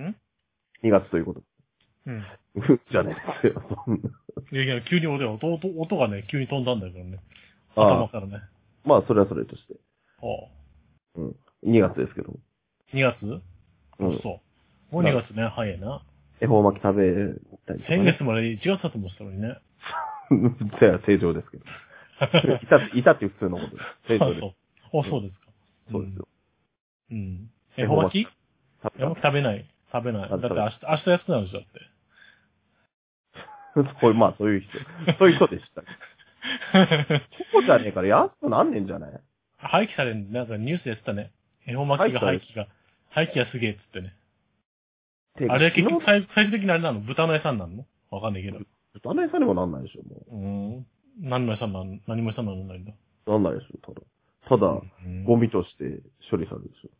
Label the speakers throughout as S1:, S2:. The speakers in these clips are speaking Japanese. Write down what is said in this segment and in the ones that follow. S1: ん
S2: ?2 月ということ。
S1: うん。
S2: うんじゃねえですよ、 そんない
S1: やいや、急に俺、音、音音がね、急に飛んだんだけどね。
S2: あ
S1: 頭
S2: あ
S1: からね。
S2: まあ、それはそれとして。
S1: お
S2: うん。2月ですけど。
S1: 2月
S2: う
S1: あ
S2: ん。
S1: そう。もう2月ね、早いな。
S2: 恵方巻き食べたりとか
S1: 先
S2: ね、
S1: 月まで1月だと思ってたのにね。
S2: じゃあ正常ですけど。いた、いたって普通のことです。正
S1: あ
S2: 常です。
S1: そう。あ、そうですか。
S2: そうですよ。
S1: うん。うん。
S2: 恵
S1: 恵
S2: 方
S1: 方
S2: 巻
S1: 巻
S2: き
S1: き
S2: 食
S1: 恵方巻
S2: べ
S1: き食べない。食べない。だ
S2: 食
S1: っ
S2: べ
S1: て
S2: 食
S1: 明
S2: べ
S1: 日、明日安くなるでしょ、だって。
S2: た。そういう、まあ、そういう人。そういう人でした。チョコじゃねえから安くなんねんじゃない
S1: 廃棄される、なんかニュースでやってたね。恵方巻きが廃棄が、廃棄がすげえっつってね。
S2: てか
S1: あれ結
S2: 昨
S1: 局
S2: 日
S1: 最最終的にあれなの豚の餌になるのわかんないけど。
S2: 旦那さんにもなんないでしょ、も
S1: うーん。何の餌になる何も餌にならないんだ。
S2: う。なんないでしょ、ただ。ただ、
S1: うん
S2: ゴミとして処理されるでし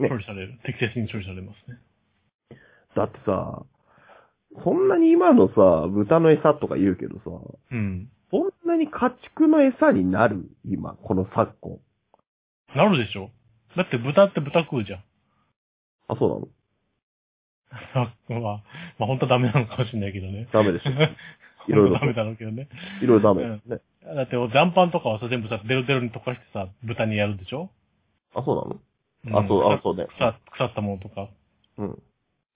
S2: ね
S1: 処理される。適切に処理されますね。
S2: ょ。だってさ、そんなに今のさ、豚の餌とか言うけどさ、
S1: うん。
S2: そんなに家畜の餌になる今、この昨今。
S1: なるでしょだって豚って豚食うじゃん。
S2: あ、そうなの
S1: まあ、まあ本当はダメなのかもしれないけ どね。
S2: ダメ でしょ。い
S1: い
S2: ろ
S1: ろ
S2: いろ
S1: いろ。
S2: と
S1: ダメだろうけどね。
S2: いろいろダメですね。
S1: だって、残飯とかはさ、全部さ、デロデロに溶かしてさ、豚にやるでしょ
S2: あ、そう
S1: う
S2: なのあ、そう、あ、
S1: 腐
S2: そうね。
S1: 腐腐ったものとか。
S2: うん。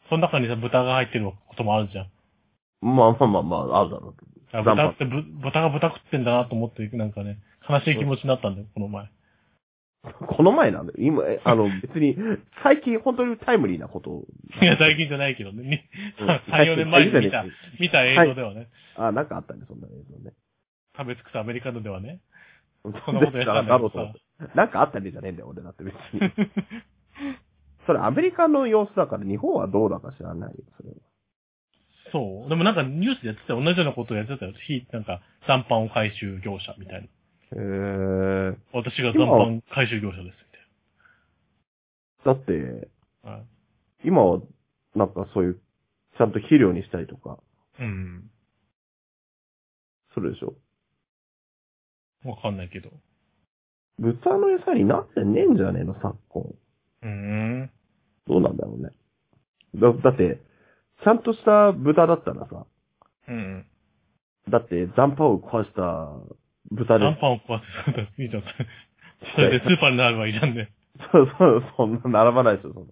S1: その中にさ、豚が入ってることもあるじゃん。
S2: まあまあまあまあ、あるだろうけど。
S1: あ
S2: 残飯
S1: 豚ってぶ、豚が豚食ってんだなと思って、なんかね、悲しい気持ちになったんだよ、この前。
S2: この前なんだよ。今、え あの、別に、最近本当にタイムリーなことを。
S1: いや、最近じゃないけどね。に
S2: うん
S1: 3、4年前に見た、見た映像ではね、
S2: あ、なんかあったね、そんな映像ね。
S1: 差別くさアメリカのではね。
S2: そ
S1: そんなことやったんだけどさ。
S2: なんかあったねじゃねえんだよ、俺だって別に。 それアメリカの様子だから、日本はどうだか知らないよ、それは。
S1: そう。でもなんかニュースでやってたよ同じようなことをやってたよ。非、なんか、残飯を回収業者みたいな。
S2: へ
S1: 私が残飯回収業者です、み
S2: だって、
S1: たいな。はい
S2: 今は、なんかそういう、ちゃんと肥料にしたりとか、
S1: うん。
S2: するでしょ。
S1: わかんないけど。
S2: 豚の餌になってねえんじゃねえの、昨今。
S1: うーん。
S2: どうなんだろうね。だだって、ちゃんとした豚だったらさ、
S1: うん。
S2: だって、残飯を壊した豚で
S1: 残飯を壊す。いいじゃん。それでスーパーになればいいじゃんね。
S2: そうそう、そんな並ばないでしょ、その。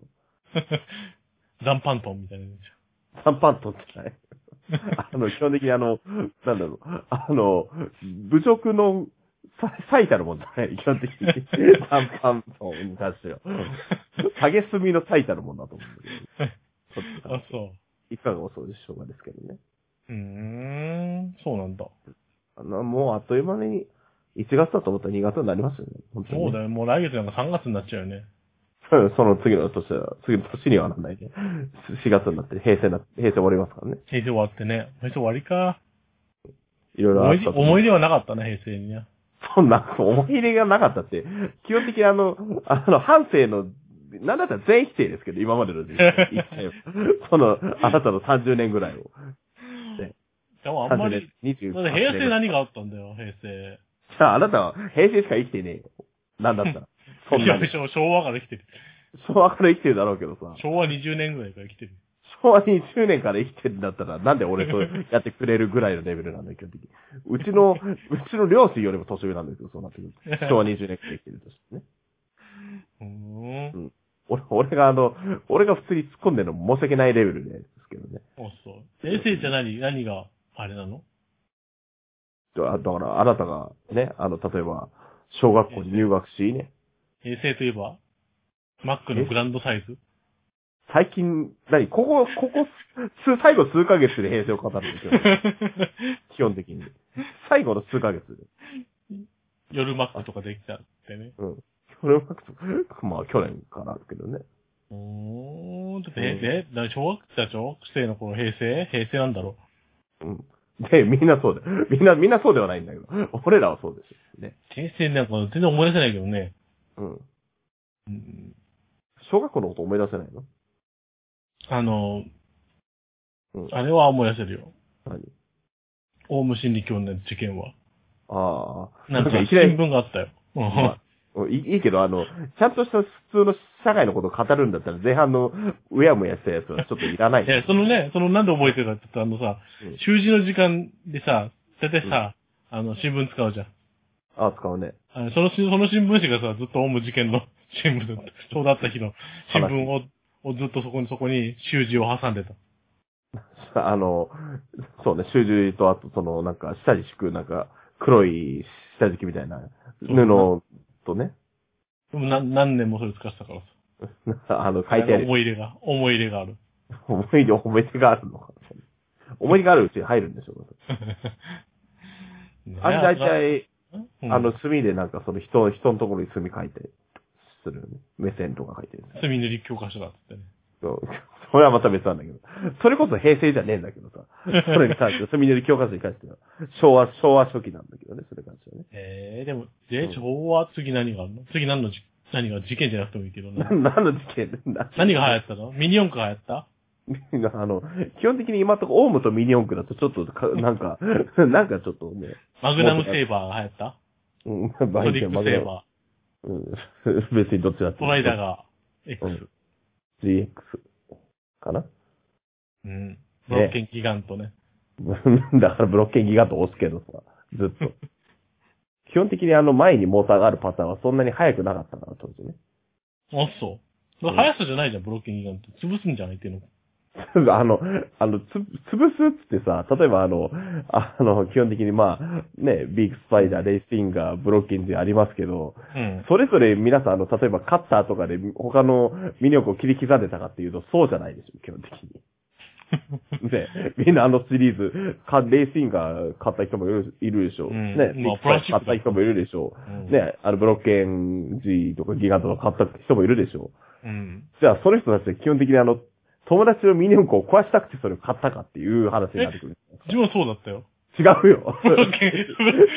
S1: 残飯トンみたいなやつじ
S2: 三パン取って ない。あの、基本的にあの、なんだろう、あの、侮辱のさ最たるもんだね、基本的 に。三パントンに関しては。下げすみの最たるもんだと思うんだけど。ちょっ
S1: ゃん。あ
S2: と、
S1: そ
S2: いかがお掃除しょうがですけどね。
S1: う。うーん。そうなんだ。
S2: あの、もうあっという間に、1月だと思ったら2月になりますよね。本当にね
S1: そうだよ。もう来月なんか3月になっちゃうよね。
S2: うんその次の年は、次の年にはなんないで。4月になって、平成な、平成終わりますからね。
S1: 平成終わってね。平成終わりか。
S2: いろいろあっ
S1: 思い出、
S2: たと
S1: 思い出はなかったね、平成にね。
S2: そんな、思い入れがなかったって、基本的にあの、あの、反省の、なんだったら全否定ですけど、今までの人生一回はその、あなたの30年ぐらいを。
S1: でもあんま
S2: 30年
S1: り、、
S2: 28
S1: だって平成
S2: 年。
S1: 何があったんだよ、平成。
S2: さあ、あなたは平成しか生きてねえよ。なんだったら。そん
S1: いや
S2: なに。
S1: 昭昭和から生きてる。
S2: 昭和から生きてるだろうけどさ。
S1: 昭和20年ぐらいから生きてる。
S2: 昭和20年から生きてるんだったら、なんで俺とやってくれるぐらいのレベルなんだよ、基本的に。うちの、うちの両親よりも年上なんですけど、そうなってくると。昭和20年から生きてるとしてね。
S1: うーん。
S2: 俺、俺があの、俺が普通に突っ込んでるの申し訳ないレベルでですけどね。
S1: あ、そう。平成って何、何があれなの
S2: だだから、あなたがね、あの、例えば、小学校に入学しね、
S1: 平成といえば、マックのグランドサイズ
S2: 最近、何ここ、ここ、数、最後数ヶ月で平成を語るんですよ。 基本的に。最後の数ヶ月で。
S1: 夜マックとかできたってね。
S2: うん。俺は、まあ、去年からですけどね。
S1: うーん。だって、え、だから小学生小学生の頃平成平成なんだろ
S2: うん。で、みんなそうだ。みんな、みんなそうではないんだけど。俺らはそうですよね。
S1: う。平成なんか全然思い出せないけどね。
S2: うん。
S1: うん。
S2: 小学校のこと思い出せないの
S1: あの、
S2: うん。
S1: あれは思い出せるよ。
S2: 何
S1: オウム真理教の事件は。
S2: ああ。
S1: なんか、
S2: い
S1: 新
S2: きなり
S1: 聞があったよ。うん
S2: まあ うんいいいいけど、あの、ちゃんとした普通の社会のことを語るんだったら、前半のうやもやしたやつはちょっといらない。
S1: え、そのね、そのなんで覚えてるかって言うと、あのさ
S2: うん、
S1: 習字の時間でさ、大体さ、あの、新聞使うじゃん。
S2: あ、使うね。
S1: あのそのし、その新聞紙がさ、ずっとオウム事件の 新聞だった、そうだった日の新聞を、をずっとそこに、そこに習字を挟んでた。
S2: あの、そうね、習字と、あと、その、なんか、下地敷く、なんか、黒い下敷きみたいな、布とね、
S1: でも何、何年もそれ使ってたからさ。
S2: あの、書いてある。
S1: 思い入れが、思い入れがある。
S2: 思い出、思い出があるのか。思い出があるうちに入るんでしょう。
S1: ね
S2: あれ大、体、
S1: うん
S2: あの、、墨でなんか、その人、人のところに墨書いて、するよね。目線とか書いてる。
S1: 墨塗り教科書だっつってね。
S2: そう。 それはまた別なんだけど。それこそ平成じゃねえんだけど さ。それに関して、墨塗り教科書に関しては、昭和、昭和初期なんだけどね、それに関してはね。
S1: ええでも、で
S2: うん、
S1: 昭和次何があるの次何のじ、何が事件じゃなくてもいいけどな。
S2: な何の事件な
S1: 何が流行ったのミニ四駆が流行った
S2: あの、基本的に今のところ、オウムとミニ四駆だとちょっとか、なんか、 なんかちょっとね、
S1: マグナムセーバーが流行った
S2: うん、
S1: ソニックセー
S2: まあ
S1: バ
S2: うん、別にどっちだっ
S1: ー。
S2: て。
S1: トライダーが、X。
S2: うん GX かな
S1: うん。ブロッケンギガンとね。
S2: だからブロッケンギガント押すけどさ、ずっ と。基本的にあの前にモーターがあるパターンはそんなに速くなかったから、当時ね。
S1: あ、そう。
S2: うん
S1: 速さじゃないじゃん、ブロッケンギガント。潰すんじゃん、相手の。
S2: あの、あの、つ、潰すっつってさ、例えばあの、あの、基本的にまあ、ね、ビッグスパイダー、レイスティンガー、ブロッキンズありますけど、
S1: うん。
S2: それぞれ皆さん、あの、例えばカッターとかで他のミニオクを切り刻んでたかっていうと、そうじゃないでしょ、基本的 に。ね、みんなあのシリーズ、カレイスインガー買った人もいるいるでしょ。
S1: う
S2: ね、
S1: んまあ
S2: ビッグスパイダー買った人もいるでしょ。
S1: うん。
S2: ね、あの、ブロッケン G とかギガントとか買った人もいるでしょ。
S1: うん。
S2: じゃあ、その人たちは基本的にあの、友達のミニ四駆を壊したくてそれを買ったかっていう話になってくる。
S1: 自分はそうだったよ。
S2: 違うよ。
S1: ブロッケン、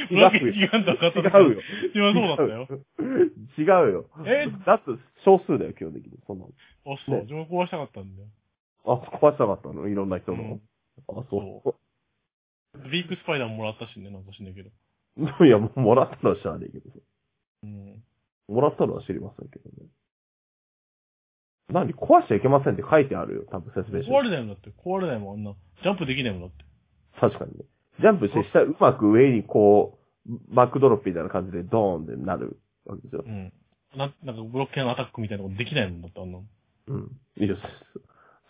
S1: ブロッケンギガント買った時
S2: 違うよ。
S1: 自分はそうだったよ。
S2: 違うよ。
S1: え
S2: だって少数だよ、基本的に。そんなの
S1: あ、そう
S2: ね。
S1: 自分は壊したかったんだよ。
S2: あ、壊したかったのいろんな人
S1: う
S2: の
S1: ん。
S2: あ、そ
S1: ビッグスパイダーももらったしね、なんかしないけど。
S2: う。い や、もうもらったのは知らないけど。
S1: うん。
S2: もらったのは知りませんけどね。何壊しちゃいけませんって書いてあるよ、多分説明書
S1: 壊。れないもんだって。壊れないもん、あんな。ジャンプできないもんだって。
S2: 確かにね。ジャンプして下、うまく上にこう、バックドロップみたいな感じでドーンってなるわけですよ
S1: う。ん。な、なんかブロッケンアタックみたいなことできないもんだって、あんな。
S2: うん。いいです。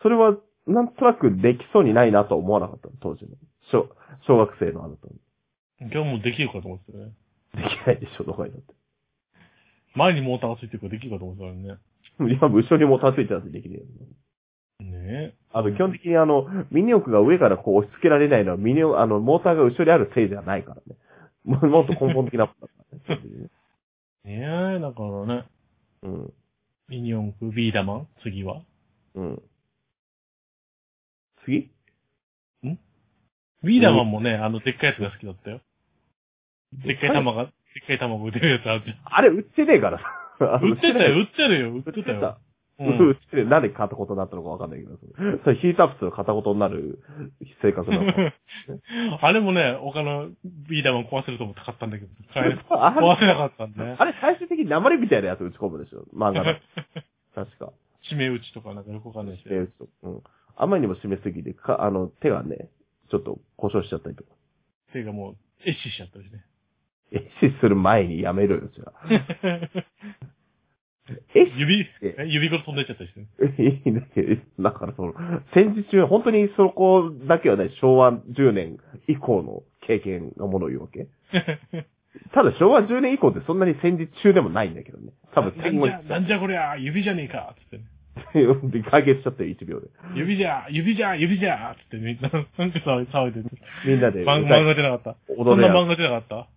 S2: それは、なんとなくできそうにないなとは思わなかったの、当時の。小、小学生のあなたに。
S1: 今日もうできるかと思ってたよね。
S2: できないでしょ、どこにだって。
S1: 前にモーターがついてるからできるかと思ってたよね。
S2: 今、後ろにもたついてたんでできねえよ。
S1: ねえ。
S2: あの、
S1: うん
S2: 基本的にあの、ミニオクが上からこう押し付けられないのは、ミニオあの、モーターが後ろにあるせいではないからね。ももっと根本的なことだからね基本的にね。
S1: ねえ、だからね。
S2: うん。
S1: ミニ四駆、ビーダマン、次は。
S2: うん。次
S1: ビーダマンもね、あの、でっかいやつが好きだったよ。でっかい玉が、でっかい玉が打てるやつあるじゃ
S2: あれ、売ってねえからさ。
S1: ん。売ってたよ、売ってるよ、売
S2: 売
S1: っ
S2: ってて
S1: たよ
S2: た。。 う
S1: う
S2: ん、
S1: ん。
S2: ってなんで片言になったのかわかんないけど、それそれヒートアップする片言になる性格なのか。
S1: あれもね、他のビーダマン壊せると思って買ったんだけど、買える
S2: あ
S1: 壊せ
S2: れ、
S1: なかったんだね。
S2: あれ最終的に鉛みたいなやつ打ち込むでしょ漫 画の。確か。
S1: 締め打ちとかなんかよくわかんないし。
S2: えーちょっとうん。あまりにも締めすぎて、か、あの、手がね、ちょっと故障しちゃったりとか。
S1: ていうかもう、エッシしちゃったり ね。
S2: エッシする前にやめろよ、じゃあ。エッシ
S1: 指
S2: え、
S1: え指ごと飛んでっちゃったりしてね。
S2: いいんだけどだからその、戦時中、本当にそこだけはね、昭和10年以降の経験がものを言うわけただ昭和10年以降ってそんなに戦時中でもないんだけどね。多分
S1: な
S2: 戦後に
S1: な、んじゃ、なんじゃこりゃ、指じゃねえかつってね。
S2: で解決しちゃったよ、1秒で。
S1: 指じゃ、指じゃ、指じゃつってみんな、なんか騒い騒いでる。
S2: みんなで歌
S1: ま
S2: い。
S1: 漫画じゃなかった。そ
S2: 踊
S1: ん
S2: れ
S1: な
S2: や
S1: 漫画じゃなかった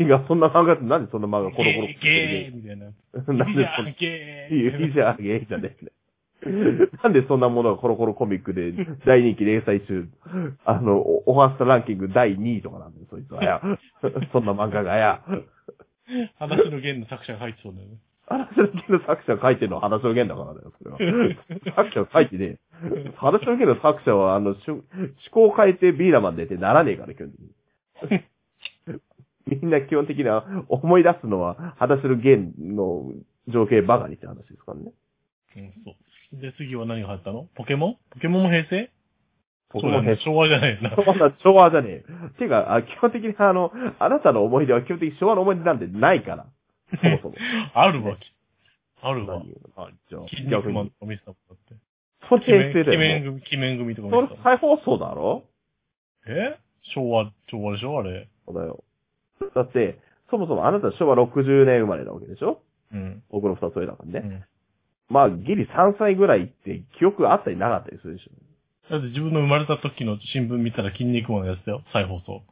S2: 違う、そんな漫画ってなんでそんな漫画コロコロ
S1: ゲー、ゲーみたいな。
S2: なん
S1: 指
S2: で
S1: じ
S2: そんな、
S1: ゃ、ゲー。
S2: 指じゃゲーじゃねえんだよ なんでそんなものがコロコロコミックで大人気連載中、あの、おオファーストランキング第2位とかなんだよ、そいつは や。そんな漫画がや。
S1: 話の弦の作者が入ってそうだ よね。
S2: 話の剣の作者が書いてるのは話の剣だからだよ、それは。作者は書いてねえ。話の剣の作者は、あ の、しゅ思考を変えてビーダマン出てならねえから、基本的に。みんな基本的には思い出すのは、裸足の弦の情景ばかりって話ですからね。
S1: うん、そう。で、次は何が入ったのポケモンポケモンも平成
S2: ポケ
S1: そう
S2: モ
S1: だ
S2: ン
S1: ね。昭和じゃない よな。
S2: 昭和だ昭和じゃねえ。ていうか、あ基本的にあの、あなたの思い出は基本的に昭和の思い出なんてないから。そもそも。
S1: あるわ、きあるわ
S2: 何。言うのあ、じゃあ、
S1: 筋肉マンとか見せたもんだって。
S2: それ
S1: 鬼面
S2: 平成だ
S1: 鬼
S2: よ
S1: 面
S2: ね。
S1: 組、鬼面組とか
S2: そ
S1: 見せ
S2: れ
S1: たも
S2: 再
S1: ん。
S2: 放送だろ
S1: え昭和、昭和でしょあれ。
S2: そうだよ。だって、そもそもあなた昭和60年生まれなわけでしょ
S1: うん。
S2: 僕の二つ上だから
S1: う
S2: ね。
S1: ん。
S2: まあ、ギリ3歳ぐらいって記憶あったりなかったりするでしょ。
S1: だって自分の生まれた時の新聞見たら筋肉マンのやつだよ。再放送。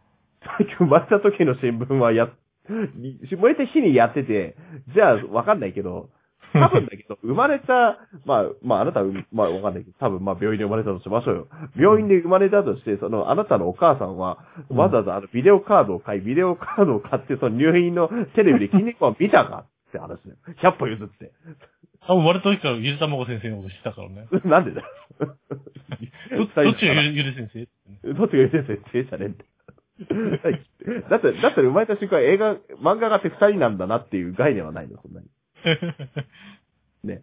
S2: 最近生まれた時の新聞はや、燃えた日にやってて、じゃあわかんないけ ど、多分だけど、生まれた、まあ、まああなたは、まあわかんないけど、多分まあ病院で生まれたとしましょうよ。病院で生まれたとして、そのあなたのお母さんは、
S1: うん
S2: わざわざあのビデオカードを買い、ビデオカードを買って、その入院のテレビで筋肉マン見たかって話だよ。100歩譲って。
S1: 多分生まれた時からゆでたまご先生のこと知ってたからね。
S2: なんでだよ。
S1: どどっちがゆでゆで先生ってね
S2: どっちが言ってる先生じゃねえんだよ。 だって、だって生まれた瞬間映画、漫画があって二人なんだなっていう概念はないの、そんなに。ね。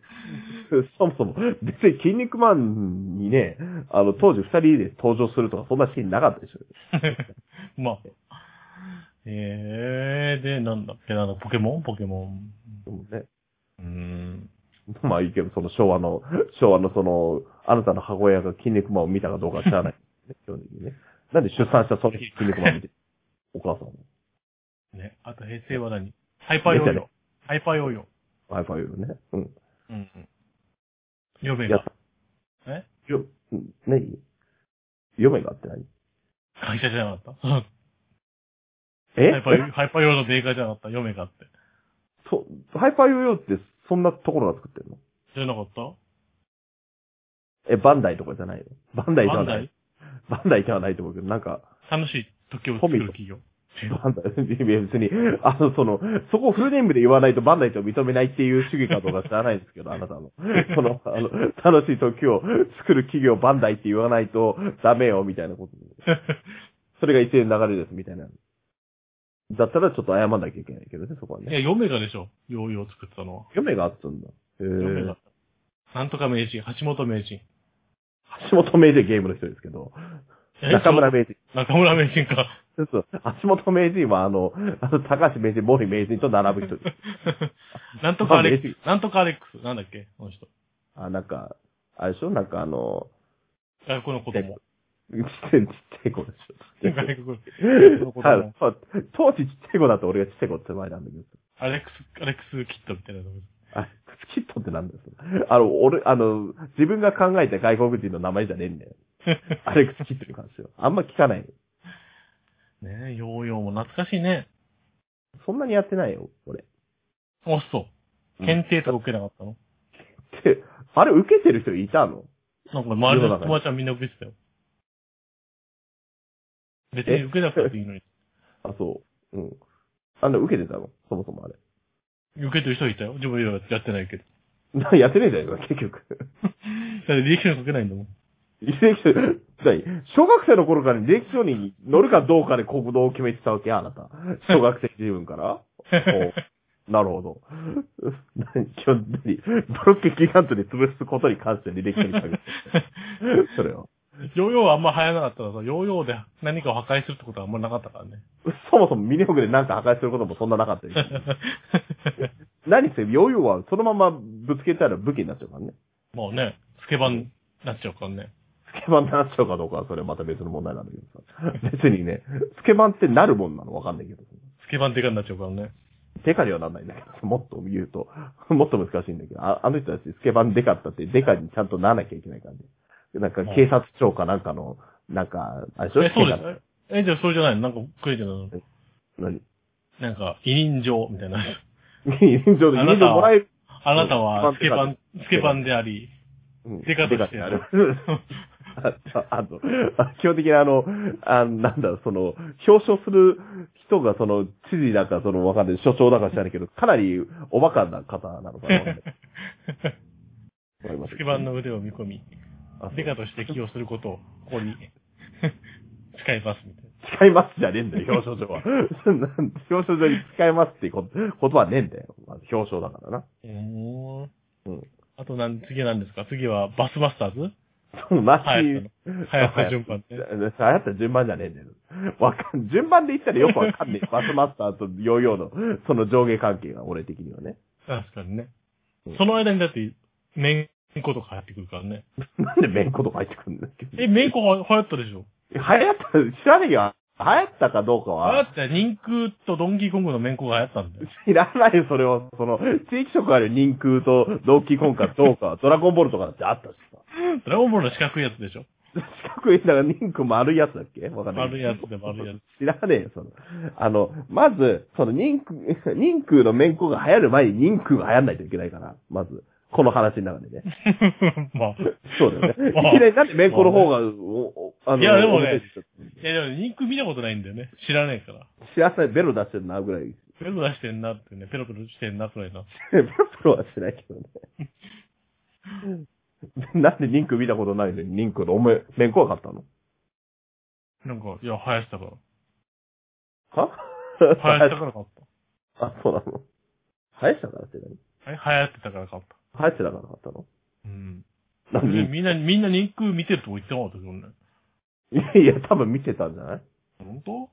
S2: そもそも、別に筋肉マンにね、あの、当時二人で登場するとか、そんなシーンなかったでしょ。
S1: まあ。ええー、で、なんだっけなんだ、ポケモンポケモン。
S2: でもね。
S1: うーん。
S2: まあいいけど、その昭和の、昭和のその、あなたの母親が筋肉マンを見たかどうかは知らない、ね。基本的にね。なんで出産したその日筋肉マン見て、お母さんも。
S1: ね。あと平成は何ハイパーヨーヨー。ハイパーヨーヨー。
S2: ワイファイをね。うん。
S1: うんうん。嫁
S2: やっ
S1: が。え
S2: た。よ、うん何嫁があって何
S1: 会社じゃなかった
S2: え
S1: ハイパーヨー、ハイパーヨーヨーのメーカーじゃなかった嫁があって。
S2: そう、ハイパーヨーヨーってそんなところが作ってるの
S1: じゃなかった
S2: え、バンダイとかじゃないのバンダイで
S1: バ
S2: は
S1: ンダ
S2: ない
S1: イ。
S2: バンダイではないと思うけど、なんか、
S1: 楽しい時を作る企業。
S2: バンダイ、いや別に、あの、その、そこをフルネームで言わないとバンダイと認めないっていう主義かどうか知らないんですけ ど、あなたの。その、あの、楽しい時を作る企業バンダイって言わないとダメよ、みたいなこと。 それが一連の流れです、みたいな。だったらちょっと謝んなきゃいけないけどね、そこはいね。
S1: や、嫁がでしょ。ヨーヨー作ってたのは。
S2: 嫁があったんだ。え
S1: 嫁
S2: ー、。
S1: がなんとか名人、橋本名人。
S2: 橋本名人ゲームの人ですけど、中村名人。
S1: 中村名人か。
S2: そうそう。足元名人は、あの、あの、高橋名人、森名人と並ぶ人です。
S1: なんとかアレ
S2: まあ名
S1: ックス。なんとかアレックス。なんだっけこの人。
S2: あ、なんか、あれでしょなんかあの、
S1: 外国の子供。
S2: ちっちゃい、ちっちゃい子でしょ。
S1: 外国。の子供
S2: はいそう当時ちっちゃい子だと俺がちっちゃい子って前なんだけど。
S1: アレックス、アレックスキットみたいなの。
S2: あ、スキットってなんだよ。それあの、俺、あの、自分が考えた外国人の名前じゃねえんだよ。アレックスキットに関しては。あんま聞かない。
S1: ねえ、ヨーヨーも懐かしいね。
S2: そんなにやってないよ、俺。
S1: あ、そう。検定とか受けなかったの、
S2: って、あれ受けてる人いたの
S1: なんか周りの友達はみんな受けてたよ。別に受けなくていいのに。
S2: あ、そう。うん。あんな受けてたのそもそもあれ。
S1: 受けてる人いたよ。自分はやってないけど。
S2: な やってねえじゃねえか、結局。
S1: だって履歴書に書けないんだもん。
S2: 履歴書、何小学生の頃から履歴書に乗るかどうかで国道を決めてたわけあなた。小学生自分から。おなるほど。 何基本的に、ブロックギガントで潰すことに関して履歴書に書いてる。 それは。
S1: ヨーヨーはあんま流行らなかったからさ、ヨーヨーで何かを破壊するってことはあんまなかったからね。
S2: そもそもミニフォグで何か破壊することもそんななかったり。何せ、ヨーヨーはそのままぶつけたら武器になっちゃうからね。
S1: もうね、スケバンになっちゃうからね。
S2: スケバンになっちゃうかどうかはそれはまた別の問題なんだけどさ。 別にね、スケバンってなるもんなのわかんないけど。
S1: スケバンデカになっちゃうからね。
S2: デカにはなんないんだけど、もっと言うと、 もっと難しいんだけど、ああの人たちスケバンデカったって、デカにちゃんとならなきゃいけないからね。なんか
S1: うん
S2: 警察庁かなんかの、なんか、あれでしょ
S1: え、そうで
S2: 警察
S1: す。え、じゃあそれじゃないのなんかくれてるの
S2: 何
S1: なんか、委任状みたいな。
S2: 委 任状で委
S1: あな
S2: 任
S1: た
S2: 状
S1: は
S2: もらえる。
S1: あなたはスケバン、ス
S2: ケ
S1: ケ
S2: バ
S1: バ
S2: ン
S1: ンであり、
S2: うん
S1: デカとして
S2: ある。あとあと、あ基本的にあの、あなんだろう、その、表彰する人がその、知事だか、その、わかんない、所長だか知らないけど、かなりおバカな方なのかな。わかん ないわかりました
S1: スケバンの腕を見込み、
S2: あそう
S1: デカとして起用することを、ここに、誓いますみたいな。
S2: 誓使いますじゃねえんだよ、表彰状は。そんな表彰状に使いますっていうこ言葉はねえんだよ。まず表彰だからな。
S1: うーん。
S2: うん。
S1: あとなん、次なんですか次はバスマスターズ
S2: そのマシ
S1: 流行ったの。流行った順番
S2: 流
S1: ね。
S2: 行った順番じゃねえんだよ。わかん、順番で言ったらよくわかんねえ。バスマスターとヨーヨーの、その上下関係が俺的にはね。
S1: 確かにね
S2: うん。
S1: その間にだって、メンコとか入ってくるからね。
S2: なんでめんことか入ってくるんだっけ
S1: え、メンコは流行ったでしょ
S2: 流行った、知らねえよ。流行ったかどうか
S1: 流行
S2: は。
S1: った人空とドンキーコングのメンコが流行ったんだよ。
S2: 知らないよ、それを。その、地域色ある人空と同期婚かどうか は、ドラゴンボールとかだってあったしさ。
S1: ドラゴンボールの四角いやつでしょ
S2: 四角い、だから人空丸いやつだっけわかんない。
S1: 丸いやつで 丸いやつ。
S2: 知らねえよ、その。あの、まず、その人空、 人空の面子が流行る前に人空が流行んないといけないから、まず。この話の中でね。
S1: まあ。
S2: そうだよね。い
S1: まあ
S2: きなりなんで面子の方が、おおあ
S1: いやでもね、
S2: 表に
S1: いやでも人空見たことないんだよね。知らないから。
S2: 知らせベロ出してるな、ぐらい。
S1: ペロペロしてんなってね、ペロペロしてんなくらいな。
S2: ベロベロはしないけどね。なんで人空見たことないのに人空のおめ、面子が買ったの
S1: なんか、いや、生やしたから。
S2: は
S1: 生やしたから買っ
S2: あ、 そうなの。生やしたからって何
S1: た。はい、流行ってたから買った。
S2: 生やしてなから買ったの
S1: うん。
S2: なんで
S1: みんな、みんな人空見てるとこ言ってなかったけどね。
S2: いやいや、多分見てたんじゃない
S1: 本当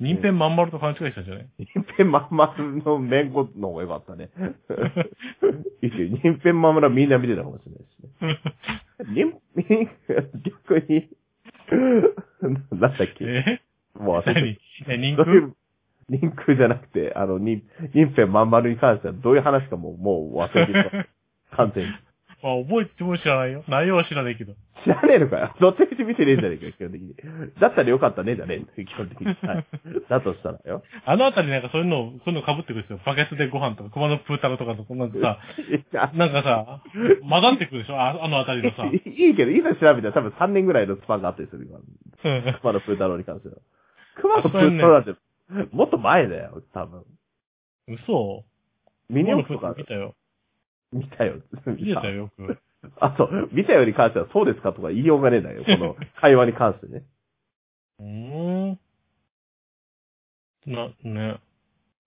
S1: 人辺まん丸と勘違いしたんじゃない
S2: 人辺まん丸の面子の方が良かった ね。いいよ人辺まん丸はみんな見てたかもしれないしね。人、逆に、なんだっけ
S1: え
S2: もう忘れて
S1: 何え人
S2: どう
S1: 空
S2: いう、人空じゃなくて、あの、人人辺まん丸に関してはどういう話かもう、もう忘れて た。完全に。
S1: まあ、覚えても知らないよ。内容は知らないけど。
S2: 知らねえのかよ。どっちみち見てねえんじゃねえかよ、基本的に。だったらよかったね、じゃねえんだよ基本的に。はい。だとしたらよ。
S1: あのあたりなんかそういうの、そういうの被ってくるんですよ。バケツでご飯とか、熊のプータロとかと、なんかさ、
S2: いや
S1: なんかさ、混ざってくるでしょああのあたりのさ。
S2: いいけど、今調べたら多分3年ぐらいのスパンがあったりするよ。
S1: うん
S2: 熊野プー太郎に関しては。熊野プー太郎なんて、もっと前だよ、多分。
S1: 嘘
S2: ミニオン
S1: 熊
S2: と
S1: の
S2: か
S1: プータロ
S2: 見たよ。
S1: 見たよ。見てたよ、よく。
S2: あと、見たよに関してはそうですかとか言いようがねえんだよ、この会話に関してね。
S1: うーん。な、ね。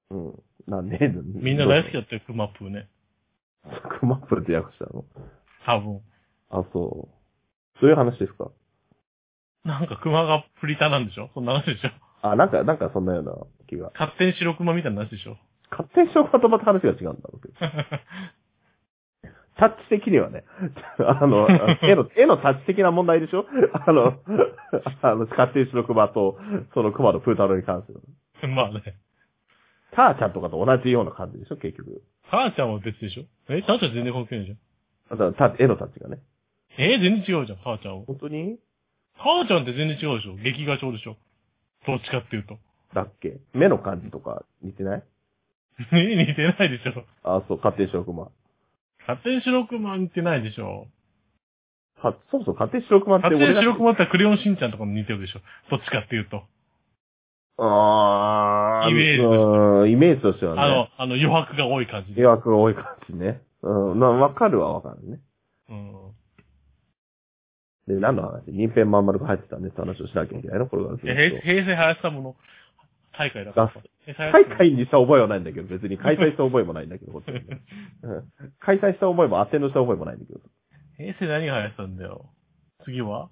S2: うん。なんねえの
S1: みんな大好きだったよ、熊プーね。
S2: き。熊プーって訳したの
S1: 多分。
S2: あ、そう。そういう話ですか
S1: なんか熊がプリタなんでしょそんな話でしょ
S2: あ、なんか、なんかそんなような気が。
S1: 勝手に白熊みたいな話でしょ
S2: 勝手に消化とまた話が違うんだろうけど。タッチ的にはね、 あ の、絵の、絵のタッチ的な問題でしょあの、 あの、勝手に白熊と、その熊のプータロに関する。
S1: まあね。
S2: ターちゃんとかと同じような感じでしょ結局。
S1: 母ちゃんは別でしょえ母ちゃん全然関係ないじゃん。
S2: あとタッチ絵のタッチがね。
S1: えー全然違うじゃん、母ちゃんは。
S2: 本当に
S1: 母ちゃんって全然違うでしょ劇画調でしょどっちかっていうと。
S2: だっけ目の感じとか似てない
S1: えー似てないでしょ
S2: あ、そう、勝手に白熊。
S1: 勝手に白熊似てないでしょ
S2: はそもそも勝手に白熊って
S1: 勝手
S2: 俺
S1: に
S2: が。
S1: 白熊ってクレヨンしんちゃんとかも似てるでしょどっちかっていうと。
S2: あー、
S1: イメージとして
S2: うんイメージとしてはね。
S1: あの、あの余白が多い感じで
S2: 疑。惑が多い感じね。うん、なわかるはわかるね。
S1: うん。
S2: で、何の話人辺まん丸が入ってたねって話をしなきゃいけないのこれがずっ
S1: い
S2: と
S1: や平平成林さんもの大会だから
S2: あ。
S1: 平成林
S2: 開
S1: さん
S2: 催にした覚えはないんだけど、別に開催した覚えもないんだけど、こっちはねうん開催した覚えも、アテンドした覚えもないんだけど。
S1: 平成何が流行ったんだよ。次は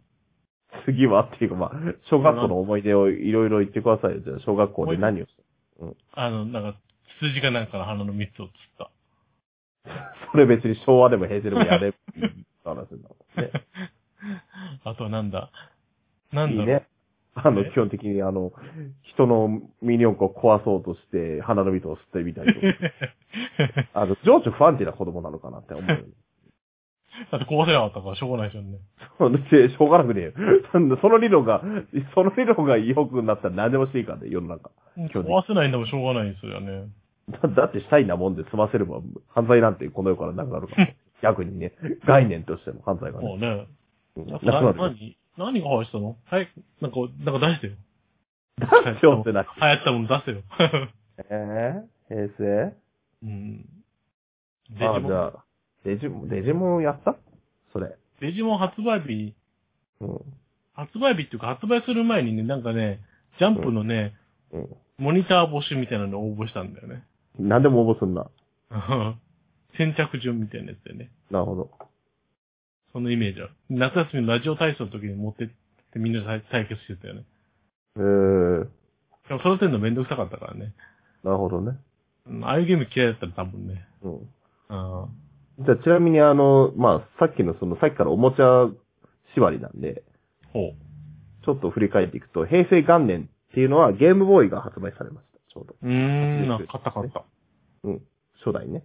S2: 次はっていうか、まあ、小学校の思い出をいろいろ言ってくださいよ。じゃあ、小学校で何をし
S1: あの、なんか、ツツジかなんかの花の蜜を釣った。
S2: たそれ別に昭和でも平成でもやれ、って話なんだもんね。
S1: あとはなんだなん
S2: い
S1: だ
S2: い
S1: ろう
S2: ね。あの、
S1: ね
S2: 基本的にあの、人のミニ四駆を壊そうとして、花の糸を吸ってみたりとか。 あの、情緒不安定な子供なのかなって思う。
S1: だって壊せなかったからしょうがないじゃんね。
S2: そうだってしょうがなくねえよ。 そんなその理論が、その理論が良くなったら何でもしていいからね、世の中。今日ね
S1: 壊せないんでもしょうがないんですよね。
S2: だだってしたいなもんで済ませれば、犯罪なんてこの世からなくなる から。逆にね、概念としての犯罪がね、
S1: もうね。
S2: うんな
S1: な
S2: くなるから。
S1: 何何が流行したのはい。なんか、なんか出してよ。
S2: し ようってな
S1: 流行ったもの出せよ。
S2: えー、平
S1: うん。デジ
S2: 成あ、じ
S1: モ
S2: ゃ
S1: ン、
S2: あ、デジモン、デジモンやったそれ。
S1: デジモン発売日、
S2: うん。
S1: 発売日っていうか発売する前にね、なんかね、ジャンプのね、
S2: うん。
S1: モニター募集みたいなのに応募したんだよね。
S2: 何でも応募すんな。
S1: 先着順みたいなやつでね。
S2: なるほど。
S1: そのイメージは。夏休みのラジオ体操の時に持ってってみんなで対対決してたよね。
S2: えー、
S1: でも育てるのめんどくさかったからね。
S2: なるほどね。
S1: うんああいうゲーム嫌いだったら多分ね。
S2: うん。
S1: うん。
S2: じゃあ、ちなみにあの、まあ、さっきのその、さっきからおもちゃ縛りなんで、
S1: ほう。
S2: ちょっと振り返っていくと、平成元年っていうのはゲームボーイが発売されました。ちょうど。
S1: うーん、な買った買った。
S2: うん。初代ね。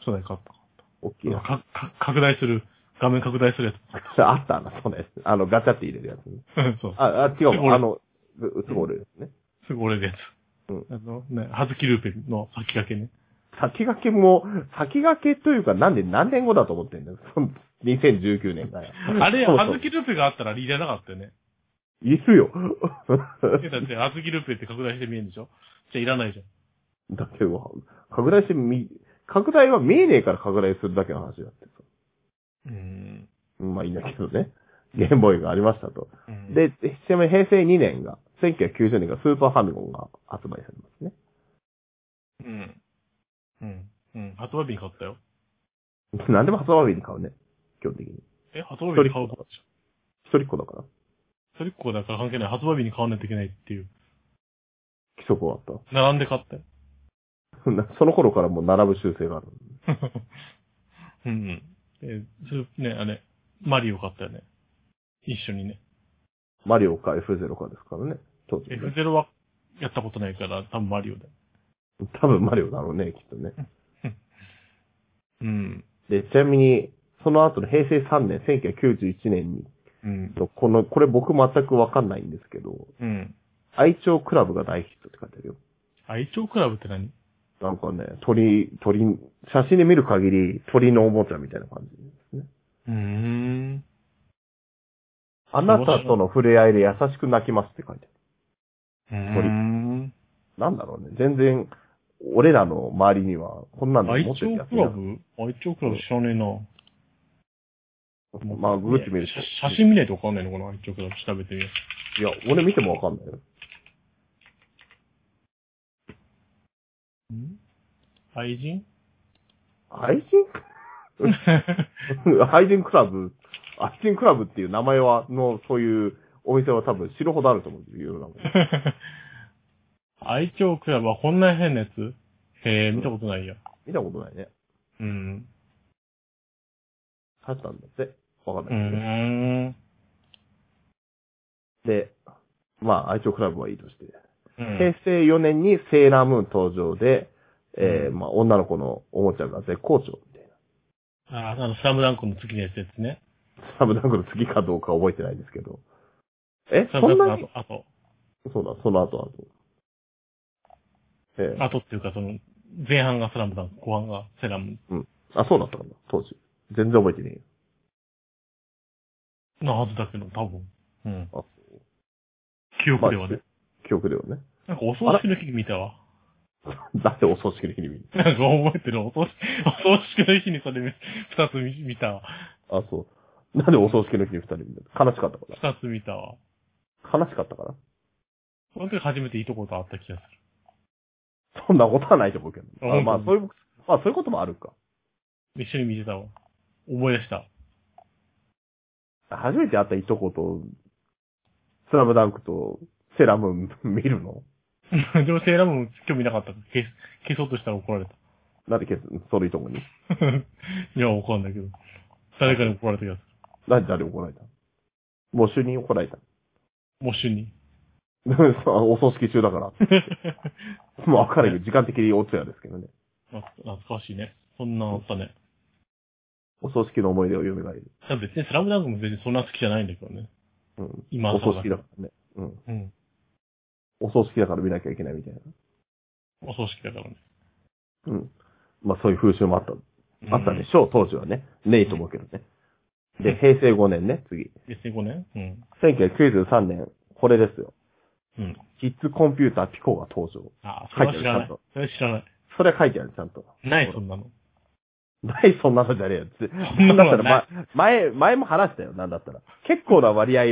S1: 初代買った。
S2: 大きいやつ。
S1: かか拡大する、画面拡大するやつ。
S2: ああったな、そうです。あの、ガチャって入れるやつね。
S1: そう。
S2: あ、あ、違
S1: ス
S2: う
S1: ゴロ
S2: わ。あの、ううつぼるですね。
S1: すぐ折れるやつ。
S2: うん
S1: あの、ね、はずきルーペの先駆けね。
S2: 先駆けも、先駆けというか、なんで何年後だと思ってんだよ。その2019年 から。
S1: あれ、
S2: そうそう
S1: はずきルーペがあったらリーダーなかったよね。
S2: いるよ。
S1: えだって、はずきルーペって拡大して見えるんでしょじゃあいらないじゃん。
S2: だけど、拡大してみ、拡大は見えねえから拡大するだけの話だってさ。
S1: うーん。
S2: うんまあいいんだけどね。ゲームボーイがありましたと。
S1: うん、
S2: で、ちなみに平成2年が、1990年がスーパーファミコンが発売されますね。
S1: うん。うん。うん。発売日に買ったよ。
S2: 何でも発売日に買うね。基本的に。
S1: え、発売日に買うの
S2: 一人っ子だから。
S1: それっ子だから関係ない。発売日に買わないといけないっていう。
S2: 規則はあっ
S1: 並んで買ったよ。
S2: た。なその頃からもう並ぶ習性がある。
S1: うんうん。え、それ、ね、あれ、マリオ買ったよね。一緒にね。
S2: マリオか F0 かですからね。当時ね
S1: F0 はやったことないから、多分マリオだよ。
S2: 多分マリオだろうね、きっとね。
S1: うん。
S2: で、ちなみに、その後の平成3年、1991年に、
S1: うん。
S2: この、これ僕全くわかんないんですけど、
S1: うん。愛
S2: 愛鳥クラブが大ヒットって書いてあるよ。
S1: 鳥クラブって何
S2: なんかね、鳥、鳥、写真で見る限り、鳥のおもちゃみたいな感じですね。
S1: うーん。
S2: あなたとの触れ合いで優しく泣きますって書いてあ
S1: うーん。
S2: る。なんだろうね、全然、俺らの周りには、こんなの
S1: 愛
S2: 持ってる
S1: 鳥
S2: やつ
S1: クラブ愛鳥クラブ知らねえな。
S2: まあ、ググってみる
S1: し
S2: と。
S1: 写真見ないとわかんないのかな愛鳥クラブ調べてみよ
S2: いや、俺見てもわかんないよ。
S1: う。愛人
S2: 愛人 愛人クラブ、愛人クラブっていう名前は、の、そういうお店は多分知るほどあると思うんですよ、世の中に
S1: 愛鳥クラブはこんな変なやつへえ、見たことないや。
S2: 見たことないね。
S1: うん。
S2: 確かなんだって。わか
S1: うん
S2: ないけどね。
S1: ん。
S2: で、まあ、愛鳥クラブはいいとして。
S1: うん
S2: 平成4年にセーラームーン登場で、えー、
S1: うん
S2: まあ、女の子のおもちゃが絶好調みたい
S1: ああの、スラムダンクの次のやつですね。
S2: な。サブダンクの次かどうか覚えてないんですけど。え、
S1: スラ
S2: そ
S1: ム
S2: ん
S1: ダ
S2: な
S1: ンク
S2: に
S1: の後、後、
S2: そうだ、その後、後。ええ
S1: 後っていうかその、前半がスラムダンク、後半がセラム。
S2: あ、そうだったんだ、当時。全然覚えてねえよ。
S1: なはずだけど、多分。うん。
S2: あ
S1: 記憶では
S2: ま
S1: ね。
S2: あ記憶ではね。
S1: なんかお葬式の日に見たわ。
S2: だってお葬式の日に見る。
S1: なんか覚えてる。お葬式、お葬式の日にそれ見二つ見見たわ。
S2: あ、そう。なんでお葬式の日に二人見たの悲しかったか
S1: 二つ見たわ。
S2: ら悲しかったから
S1: その時初めていいとこと会った気がす
S2: そんなことはないと思うけど。
S1: あ
S2: あまあ、
S1: 本当
S2: そういう、まあ、そういうこともあるか。
S1: る。一緒に見てたわ。思い出した。
S2: 初めて会ったいとこと、スラムダンクと、セラムン見るの
S1: でもセーラームーン興味なかったから消す消そうとしたら怒られた。
S2: なんで消す、そのいとこに。
S1: いや、怒らんだけど。誰かに怒られた気がす
S2: なんで誰に怒られたのもう主任怒られた。
S1: る。もう主に。
S2: そうお葬式中だから。まあ、わかるけど、時間的にお通夜ですけどね。
S1: な懐かしいね。そんなんあったね。
S2: お葬式の思い出を蘇る。
S1: いや別にスラムダンクも別にそんな好きじゃないんだけどね。
S2: うん。
S1: 今
S2: お
S1: はそう
S2: 葬
S1: だ
S2: 式だからね。うん。
S1: うん。
S2: お葬式だから見なきゃいけないみたいな。
S1: お葬式だからね。
S2: うん。まあ、そういう風習もあった。あったでしょう、当時はね。ねえと思うけどね。で、平成5年ね、次。
S1: うん。別にこうね。うん。
S2: 1993年、これですよ。
S1: うん。
S2: キッズコンピューターピコが登場。
S1: あ、それは知らな
S2: 入ってるちゃん
S1: い
S2: と。
S1: それは知らない。
S2: それは書いてある、ちゃんと。
S1: ない、そんなの。
S2: ない、そんなのじゃねえよって。
S1: そんなの
S2: だ
S1: は
S2: った
S1: な
S2: ら、ま、前、前も話したよ、なんだったら。結構な割合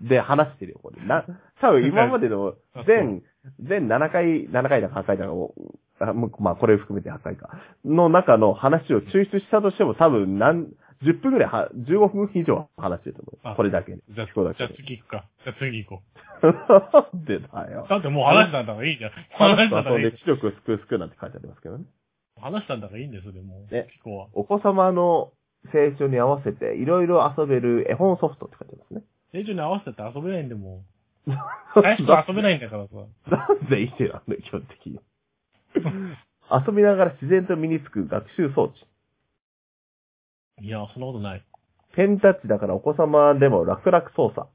S2: で話してるよ、これ。な、多分今まで の
S1: あ
S2: 全、全7回、7回だか8回だかを、あもうまあ、これ含めて8回か。の中の話を抽出したとしても、多分何、10分ぐらいは、15分以上話してると思
S1: あ
S2: う。これだけで。
S1: じゃあ、
S2: 聞こえだ
S1: じゃあ
S2: けで。
S1: 次行くか。じゃあ次行こ
S2: なんでだよ
S1: う。。だってもう話したんだからいいじゃん。話
S2: 話
S1: し
S2: す
S1: たんだからいい
S2: で知力をすくうすくうなんて書いてありますけどね。
S1: 話したんだからいいんですよ、でも。
S2: ね
S1: キコは。
S2: お子様の成長に合わせて、いろいろ遊べる絵本ソフトって書いてますね。
S1: 成長に合わせて遊べないんでもう。 最初遊べないんだからさ。
S2: なんで生きてるんだよ、基本的に。遊びながら自然と身につく学習装置。
S1: いや、そんなことない。
S2: ペンタッチだからお子様でも楽々操作。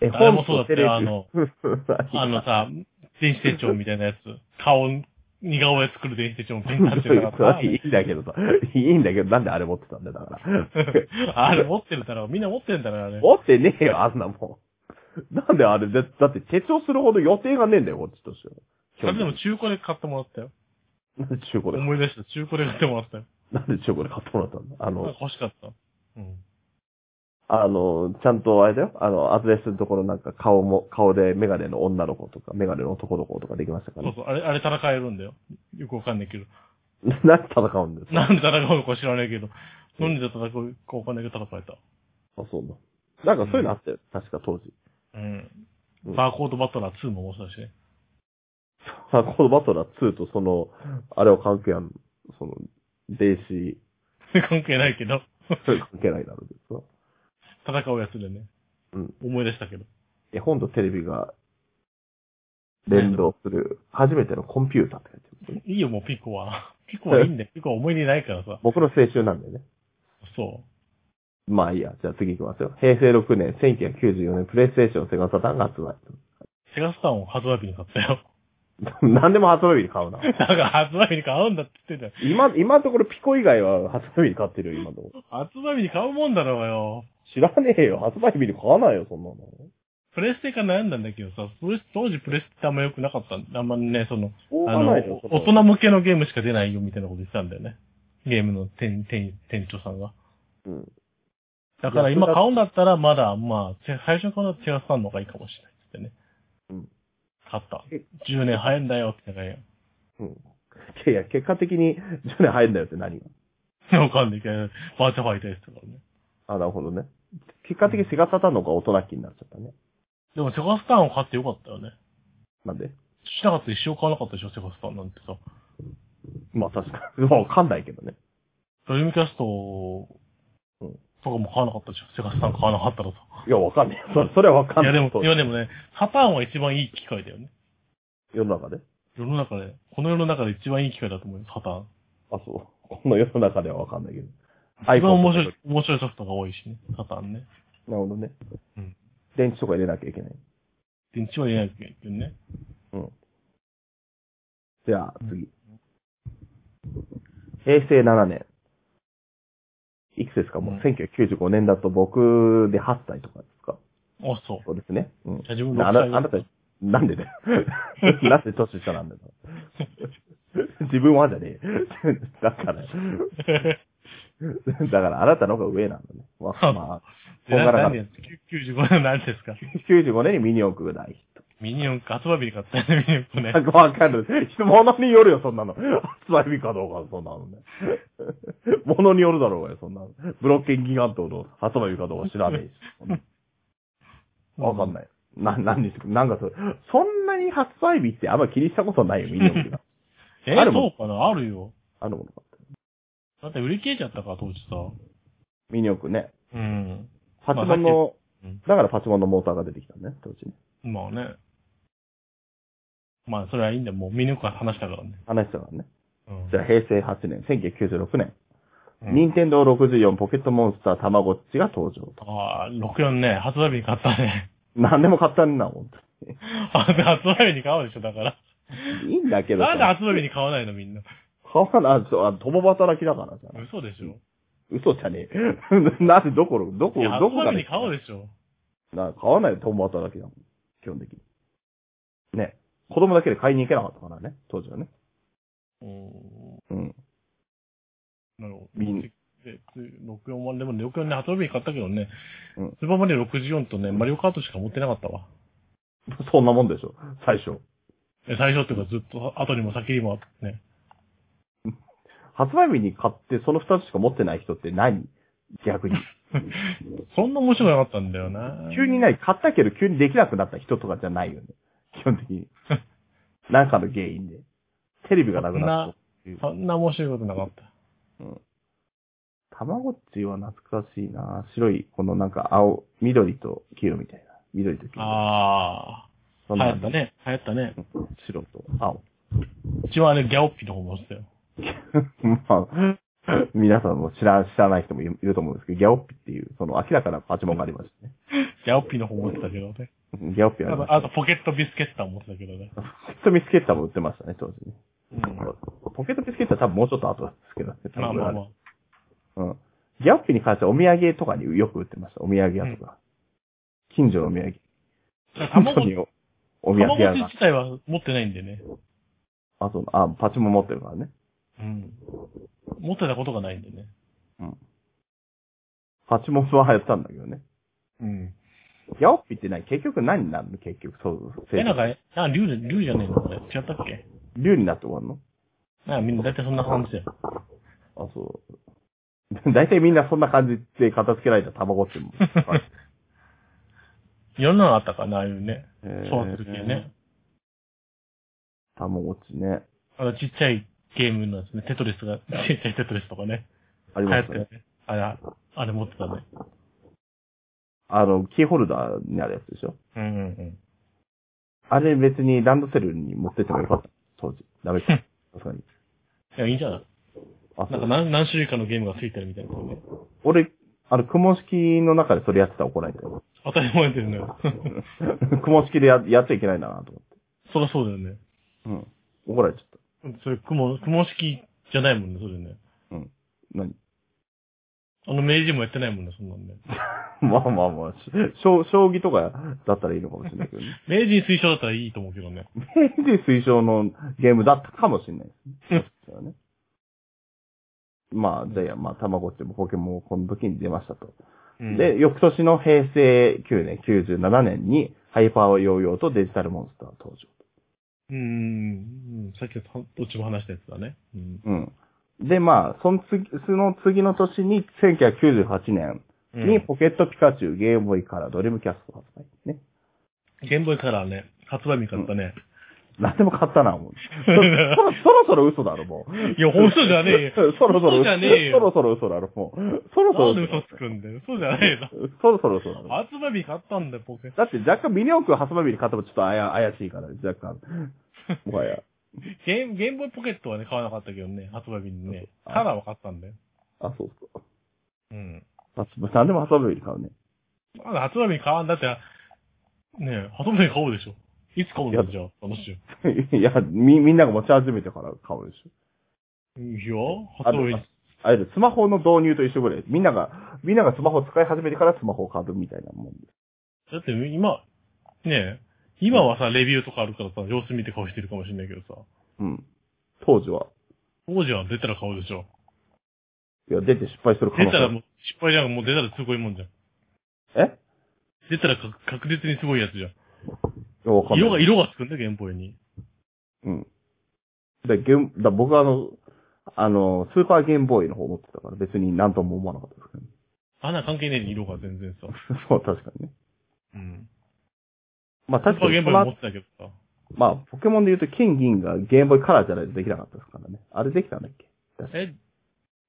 S2: 絵
S1: あれも
S2: 本
S1: そうだ
S2: とテレ
S1: った
S2: ビ。
S1: よあの あのさ、電子手帳みたいなやつ。顔、似顔絵作る電子手帳もペンタッチだからさ。
S2: いいんだけどさ、いいんだけど、なんであれ持ってたんだよ、だ から。
S1: あれ持ってるだろ。みんな持ってんだろ、あれ。
S2: 持ってねえよ、あんなもん。なんであれ、だだって手帳するほど予定がねえんだよ、こっちとしては。
S1: それでも中古で買ってもらったよ。
S2: なんで中古で、
S1: 思い出した。中古で買ってもらったよ。
S2: なんで中古で買ってもらったんだあ
S1: なん
S2: の
S1: か、欲しかった。うん。
S2: あの、ちゃんとあれだよ、あの、アドレスのところなんか顔も、顔でメガネの女の子とか、メガネの男の子とかできましたか
S1: そう
S2: ら、
S1: そう。あれ、あれ戦えるんだよ。よくわかんないけど。
S2: なんで戦うんですか
S1: なんで戦うのか知らないけど。なんで戦うかわかんないけど戦えた。
S2: あ、そうだ。なんかそういうのあったよ、確か当時。
S1: うん。
S2: うん
S1: バーコードバトラー2も面白いしね。
S2: さあ、コードバトラー2とその、あれは関係ある、その、電子、
S1: 関係ないけど、
S2: それ関係ないだろうけどさ。
S1: 戦うやつでね。
S2: うん。
S1: 思い出したけど。
S2: 絵本とテレビが連動する、初めてのコンピューターって書いてますね
S1: いいよ、もうピコは。 ピコはいいん だよ。ピコは思い出ないからさ。
S2: 僕の青春なんでね。
S1: そ
S2: まあいいや、じゃあ次行きますよ。平成6年、1994年、プレイステーションセガサターンが発売。
S1: う。セガスターンを発売日に買ったよ。
S2: 何でも発売日に買うな。
S1: だから発売日に買うんだって言ってんだよ。
S2: 今、今のところピコ以外は発売日に買ってるよ、今のところ。
S1: 発売日に買うもんだろうよ。
S2: 知らねえよ、発売日に買わないよ、そんなの。
S1: プレステか悩んだんだけどさ、それ当時プレステあんま良くなかったんだ。あんまね、その、
S2: しょう
S1: あ
S2: が
S1: の
S2: ないよ、、そん
S1: 大
S2: な
S1: 人向けのゲームしか出ないよみたいなこと言ってたんだよね。ゲームの店、店、店長さんが。
S2: うん。
S1: だから今
S2: いやそれだ
S1: 買うんだったら、まだ、まあ、せ最初に買うのはテガスさんの方がいいかもしれないってね。
S2: うん。
S1: 買った
S2: え。
S1: 10年早いんだよってね。
S2: うん。いやいや、結果的に10年入るんだよって何が。
S1: わかんないけど、バーチャファイターですからね。
S2: あ、なるほどね。結果的にセガサターンの方が大人気になっちゃったね。
S1: でもセガスターンを買ってよかったよね。
S2: なんで
S1: しなかったら一生買わなかったでしょ、セガスターンなんてさ。
S2: まあ確かに。 わかんないけどね。
S1: ドリームキャスト
S2: うん
S1: とかも買わなかったでしょ、セガスターン買わなかったらさ。
S2: いや、わかんない。それ、それはわかん
S1: い
S2: な
S1: や
S2: い。
S1: でも
S2: そ、う
S1: いやでもね、サターンは一番いい機械だよね。
S2: 世の中で。
S1: 世の中で、この世の中で一番いい機会だと思うよ、サターン。
S2: あ、そう。この世の中ではわかんないけど。
S1: 一番面白
S2: iPhone
S1: い、面白いソフトが多いしね、サターンね。
S2: なるほどね。
S1: うん
S2: 電池とか入れなきゃいけない。
S1: 電池は入れないといけないっていうね。
S2: じゃあ、次。平成7年。いくつですかもう1995年だと僕で8歳とかですか
S1: あ、そう。
S2: そうですね。うん
S1: じゃあ自分6
S2: あ
S1: 歳
S2: なあ
S1: だ
S2: なた、なんでだよ。 なんで年下なんだよ。 自分はじゃねえ。 だから、だからあなたの方が上なんだね。まあ、まあ、
S1: で
S2: こんが
S1: な
S2: らが
S1: 何やって95年なんですか
S2: 95年にミニ四駆が大ヒット。
S1: ミニオン、発売日に買ったよね、ミニオンね。
S2: なんかわかる。人物によるよ、そんなの。発売日かどうか、そんなのね。物によるだろうがよ、そんなの。ブロッケンギガントの発売日かどうか知らねえしそんなの。わかん
S1: い。
S2: ない。な、何ですかなんかそれ、そんなに発売日ってあんま気にしたことないよ、 ミニ四駆が。
S1: え
S2: あるもん
S1: そうかなあるよ。
S2: あるものか。
S1: だって売り切れちゃったから、当時さ。
S2: ミニ四駆ね。
S1: うん。
S2: パチモンの、
S1: まあ
S2: だからパチモンのモーターが出てきたね、当時ね。
S1: まあね。まあ、それはいいんだよ。もうミニオンから話したからね。
S2: 話したからね。
S1: うん
S2: じゃあ平成8年、1996年、
S1: うん
S2: 任天堂64ポケットモンスターたまごっちが登場。
S1: ああ、64ね、発売日に買ったね。
S2: 何でも買ったんな、ほんと
S1: あ発売日に買うでしょ、だから。
S2: いいんだけどさ。
S1: なんで発売日に買わないのみんな。
S2: 買わない、そうあ共働きだからさ。
S1: 嘘でしょ。
S2: 嘘じゃねえ。 なんでどこ、どこ、
S1: いや、
S2: ど
S1: 発
S2: こか
S1: 売日
S2: ら
S1: に買おうでしょ。
S2: な買わないよ、共働きだもん。基本的に。ね。子供だけで買いに行けなかったからね、当時はね。
S1: う
S2: うん。
S1: なるほ
S2: みん
S1: ど。で、つ64まで、でも64ね、発売日買ったけどね、
S2: うん
S1: スーパーマリオ64とね、マリオカートしか持ってなかったわ。
S2: そんなもんでしょ、最初。
S1: え最初っていうかずっと後にも先にもね。
S2: 発売日に買って、その2つしか持ってない人って何逆に。
S1: そんな面白くなかったんだよな。
S2: 急にない、買ったけど急にできなくなった人とかじゃないよね。基本的に。 なんかの原因で。テレビがなくなったっていう。
S1: そんな面白いことなかった。
S2: たまごっちは懐かしいな白い、このなんか青、緑と黄色みたいな。緑と黄色。
S1: あ
S2: そ
S1: あ。
S2: ん
S1: 流
S2: な
S1: 行ったね。流行ったね。
S2: 白と青。
S1: うちはあれ、ギャオッピの方もしてたよ。
S2: まあ、皆さんも知らん、知らない人もいるいると思うんですけど、ギャオッピっていう、その明らかなパチモンがありましたね。
S1: ギャオッピの方持ってたけどね。
S2: うんギャオッピあ
S1: あ
S2: りまし
S1: と、
S2: た
S1: あとポケットビスケッター持ってたけどね。
S2: ポケットビスケッターも売ってましたね、当時ね。
S1: うん。
S2: ポケットビスケッター多分もうちょっと後ですけどね。
S1: まあまあまあ。
S2: うん。ギャオッピに関してはお土産とかによく売ってました。お土産屋とか。近所のお土産。近所
S1: 卵、
S2: におお土
S1: 卵
S2: 産屋
S1: 餅
S2: が。
S1: 自体は持ってないんでね。
S2: あと、あ、パチモン持ってるからね。
S1: うん。持ってたことがないんでね。
S2: パチモンは流行ったんだけどね。
S1: うん。
S2: ギャオッピって何結局何になるの結局、そう、
S1: え、なんか、なんか竜で、竜じゃねえのこれ。違ったっけ
S2: 竜になって終わるの
S1: なんかみんな大体そんな感じだよ。
S2: あ、そう。 大体みんなそんな感じで片付けられた卵って も。
S1: いろんなのあったかな、ああいうね。
S2: え
S1: 育てる系ね。。
S2: 卵っちね。
S1: あのちっちゃいゲームのですね、テトリスが、ちっ ちゃいテトリスとかね。
S2: あり
S1: 流
S2: ま
S1: 行っ
S2: したた
S1: よ
S2: ね。
S1: ね。あれ、あれ持ってたね。
S2: あの、キーホルダーにあるやつでしょ
S1: うんうん
S2: あれ別にランドセルに持ってってもよか った。当時。ダメか。さすがに。
S1: うん。いや、いいんじゃない
S2: あ、
S1: な
S2: そ
S1: んか
S2: う。
S1: 何何種類かのゲームがついてるみたいな、ね。
S2: 俺、あの、雲式の中でそれやってたら怒られた よ。
S1: 当たり前だよね。
S2: 雲式でややっちゃいけないんだなと
S1: そりゃそうだよね。
S2: 思って。うん。怒られちゃった。
S1: それ、雲、雲式じゃないもんね、それね。
S2: 何
S1: あの、明治もやってないもんね、そんなんね。
S2: まあまあまあ、し将将棋とかだったらいいのかもしれないけどね。
S1: 明治推奨だったらいいと思うけどね。
S2: 明治推奨のゲームだったかもしれないですね。そしたらね まあ、じゃあ、まあ、たまごっちもポケモンもこの時に出ましたと。
S1: うん、
S2: で、翌年の平成9年、97年に、ハイパーヨーヨーとデジタルモンスター登場。
S1: うんうんうん、さっきのたどっちも話したやつだね。うん。
S2: うん。で、まあ、その次、その次の年に、1998年にポケットピカチュウ、ゲームボーイからドリームキャスト発売。ね。
S1: ゲームボーイカラーね、発売日買ったね。
S2: 何でも買ったな、もう。 そそろそろそろ嘘だろ、もう。
S1: いや、本当じゃねえよ。
S2: そろそろ
S1: 嘘
S2: 嘘
S1: じゃねえ
S2: そ
S1: よ
S2: ろそろ嘘だろ、もう。そろそ
S1: な
S2: ろ
S1: んで
S2: 嘘
S1: 嘘
S2: だ
S1: つくんだよ。そうじゃねえな。
S2: ろ。そろそろ嘘だろ。
S1: 発売日買ったんだよ、ポケ。
S2: だって若干ミニオン君ハスマビリ買ってもちょっとあや怪しいから、若干。もはや。
S1: ゲーム、ゲームボーイポケットはね、買わなかったけどね、発売日にね。
S2: あ
S1: カラーは買ったんだよ。
S2: あ、そうそう。
S1: うん。
S2: ハス何でもハスマビリ買うね。
S1: まだ発売日買わんだって、ねえ、発売日買おうでしょ。いつ買うんだよ、じゃあ、楽しいよ。
S2: いや、み、みんなが持ち始めてから買うでしょ。
S1: いや、発売日。
S2: あれだよスマホの導入と一緒ぐらい。みんなが、みんながスマホを使い始めてからスマホを買うみたいなもんで
S1: だって今、ねえ、今はさ、レビューとかあるからさ、様子見て顔してるかもしれないけどさ、
S2: す。うん。当時は。
S1: 当時は出たら買うでしょ。
S2: いや、出て失敗する可
S1: 出
S2: 能
S1: たら
S2: 性。
S1: もう、失敗じゃん、もう出たらすごいもんじゃん。
S2: え
S1: 出たらか確実にすごいやつじゃん。
S2: いやわかんない。
S1: 色が、色がつくんだよ、ゲームボーイに。
S2: うん。で、ゲーム、だ僕はあの、あの、スーパーゲームボーイの方持ってたから別に何とも思わなかったですけど、ね、
S1: 穴関係ねえに色が全然さ。
S2: そう、確かにね。
S1: うん。
S2: まあ
S1: ス
S2: 確
S1: ーパ
S2: か
S1: ーゲ
S2: に
S1: ー
S2: そ
S1: ムボー
S2: の
S1: イも持
S2: 後
S1: ってたけどさ。
S2: まあ、ポケモンで言うと金銀がゲームボーイカラーじゃないとできなかったですからね。あれできたんだっけ
S1: え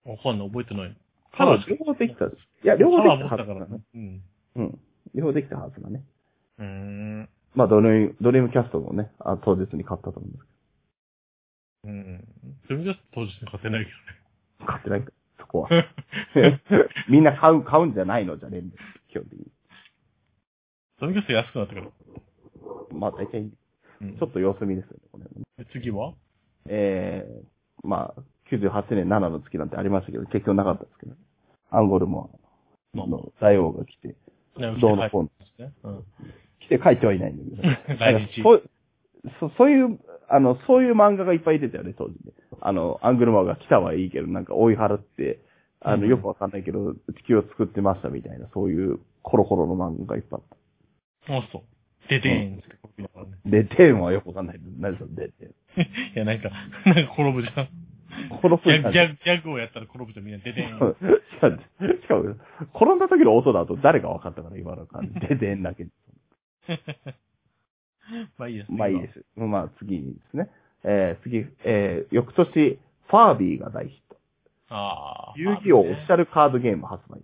S1: わかんない、覚えてない。
S2: カラー両方できた。いや、両方で
S1: カラー
S2: き
S1: 持
S2: たは
S1: って
S2: ずだ
S1: たから
S2: ね
S1: ね。。う
S2: う
S1: ん。
S2: ん。両方できたはずだね。
S1: うーん。
S2: まあ、ドリーム、ドリームキャストもね、あ当日に買ったと思うんです
S1: うん。それじゃ当時しか勝てないけ
S2: けど、買ってないか、そこ は。
S1: どね。
S2: みんな買う、買うんじゃないのじゃねえんだよ、基本的に。
S1: それじゃ安くなったから。
S2: まあ、大体、ち
S1: うん
S2: ょっと様子見ですよね、この辺もね
S1: で次は
S2: えー、まあ、98年7の月なんてありましたけど、結局なかったですけど、アンゴルモア
S1: まあまあ
S2: の大王が来て、
S1: ね
S2: どうのこうの
S1: うの。うん。
S2: 来て書いてはいないんだけど、
S1: 来日。
S2: そうそそういうあの、そういう漫画がいっぱい出たよね、当時ね。あの、アングルマンが来たはいいけど、なんか追い払って、あの、
S1: うん
S2: よくわかんないけど、地球を作ってましたみたいな、そういうコロコロの漫画がいっぱいあっ
S1: もうそう。出てんってこう見ながらね。
S2: た。で、テーマはよくわかんない。何それ、で、テ
S1: いや、なんか、 なんか転ぶじゃん。
S2: ーマ。転
S1: ギ
S2: ぶん
S1: ャグ、
S2: だ
S1: ギャグギャグをやったら転ぶじゃん、みんな出てん。
S2: そうしかも、しかも、転んだ時の音だと誰が分かったから、今の感じ。出てんだ けど。
S1: まあいいです。
S2: まあいいです。まあ次にですね。えー、次、えー、翌年、ファービーが大ヒット。
S1: 今は。ああ。
S2: 遊戯王オフィシ
S1: ャ
S2: ャルカードゲーム発売。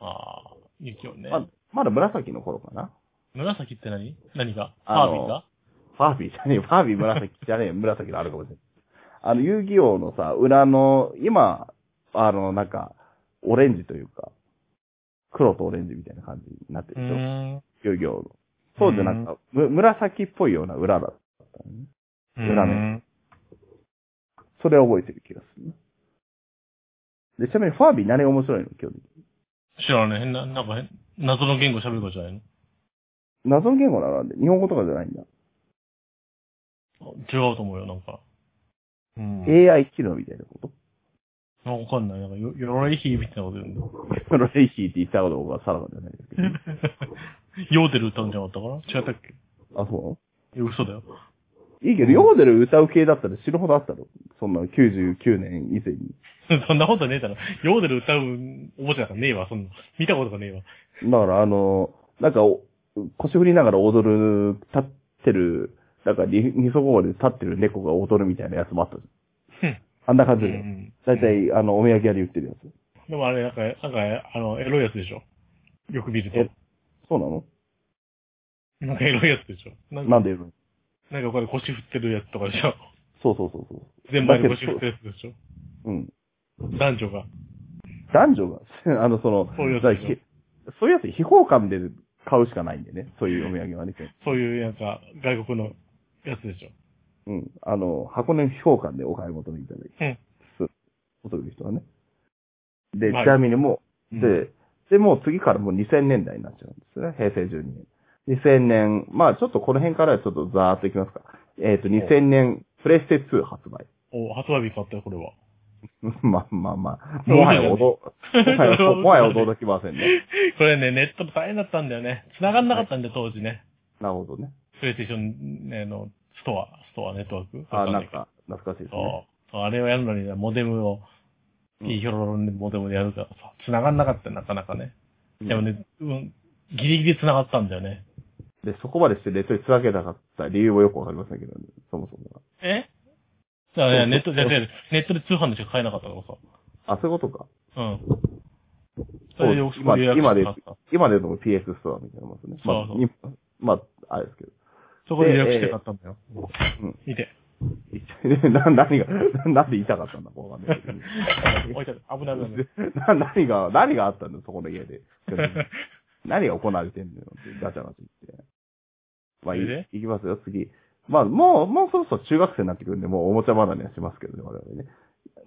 S1: ああ。遊戯王ね。
S2: ままだ紫の頃かな。
S1: 紫って何何が
S2: あ
S1: ハー
S2: の
S1: ビーが
S2: ファービーじゃねえよ、ファービー紫じゃねえよ、紫のあるかもしれない。あの、遊戯王のさ、裏の、今、あの、なんか、オレンジというか、黒とオレンジみたいな感じになって
S1: う
S2: るでしょ。
S1: ーん。
S2: 遊戯王の。当時なんか、む紫っぽいような裏だった、ね。裏
S1: ね。
S2: それを覚えてる気がするね。で、ちなみにファービー何が面白いの今日。
S1: 知らない。変な、なんか変、謎の言語喋る子じゃないの
S2: 謎の言語なのなんで、日本語とかじゃないんだ。
S1: 違うと思うよ、なんか。うん。
S2: AI 機能みたいなこと
S1: なんかわかんない。なんか、よ、よろいひみたいなこと言うんだ。
S2: そのレイシーって言ったこと僕はさらばじゃないですけど。
S1: ヨーデル歌うんじゃなかったかな違ったっけ
S2: あ、そ
S1: いや嘘だよ。
S2: ういいけど、ヨーデル歌う系だったら死ぬほどあったろ。そんな99年以前に。
S1: そんなことねえだろ。ヨーデル歌うおもちゃなんかねえわ、そんな。見たことがねえわ。
S2: だからあの、なんかお、腰振りながら踊る、立ってる、なんか二二足歩で立ってる猫が踊るみたいなやつもあったじゃ
S1: ふん
S2: ん。あんな感じ
S1: う
S2: で。
S1: ん
S2: だいたい、あの、お土産屋で売ってるやつ。
S1: でもあれ、なんか、なんか、あの、エロいやつでしょよく見る
S2: え
S1: と。
S2: そうなの
S1: なんかエロいやつでしょなんか、
S2: なんで売るの
S1: なんかこれ腰振ってるやつとかでしょ
S2: そうそうそうそう。
S1: 全部で腰振ってるやつでしょ
S2: うん。
S1: 男女が。
S2: 男女が、あ の、その、
S1: そういうやつ
S2: だから
S1: でしょ
S2: ひそういうやつ、非公館で買うしかないんでね。そういうお土産はね。
S1: そういう、なんか、外国のやつでしょ
S2: うん。あの、箱根の非公館でお買い求めいただいて。そう。求める人はね。で、ち
S1: はい
S2: なみにもう、
S1: うん
S2: で、で、もう次からもう2000年代になっちゃうんですね。平成12年。2000年、まあちょっとこの辺からはちょっとざーっといきますか。えっ、と、2000年、プレステ2発売。
S1: お、発売日買ったよ、これは。
S2: まあまあまあ。もはや驚、もはや もはや驚きませんね。
S1: これね、ネット大変だったんだよね。繋がんなかったんだよ、当時ね。
S2: なるほどね。
S1: プレイステーション、ね、の、ストア、ストアネットワーク
S2: あ、なん
S1: けど
S2: か、懐かしいですね。
S1: そう。あれをやるのにね、モデムを、
S2: うん
S1: いいヒョロロンでモデムでやるからさ、繋がんなかったよなかなかね。
S2: うん
S1: でもね、うん、ギリギリ繋がったんだよね。
S2: で、そこまでしてネットにつなげなかった理由もよくわかりませんけどね、そもそもが。
S1: えだからね、ネット、
S2: そう
S1: じゃ違うネットで通販でしか買えなかったからさ。
S2: あ、そういうことか。
S1: うん。それでよく
S2: 今、今で
S1: 買った。、
S2: 今での PS ストアみたいなもんですね。まあ
S1: そうそう
S2: 今まあ、あれですけど。
S1: そこで予約して買ったんだよ。
S2: うん
S1: 見て。
S2: 一体 な何が、なんで言いたかったんだ、こうわかんないけど
S1: 置いてある。危ない危ない。
S2: な何が、何があったんだ、そこの 家で。何が行われてんのよってガチャガチャ言って。まあ、い
S1: それで
S2: いきますよ、次。まあ、もう、もうそろそろ中学生になってくるんで、もうおもちゃ離れはしますけどね、我々ね。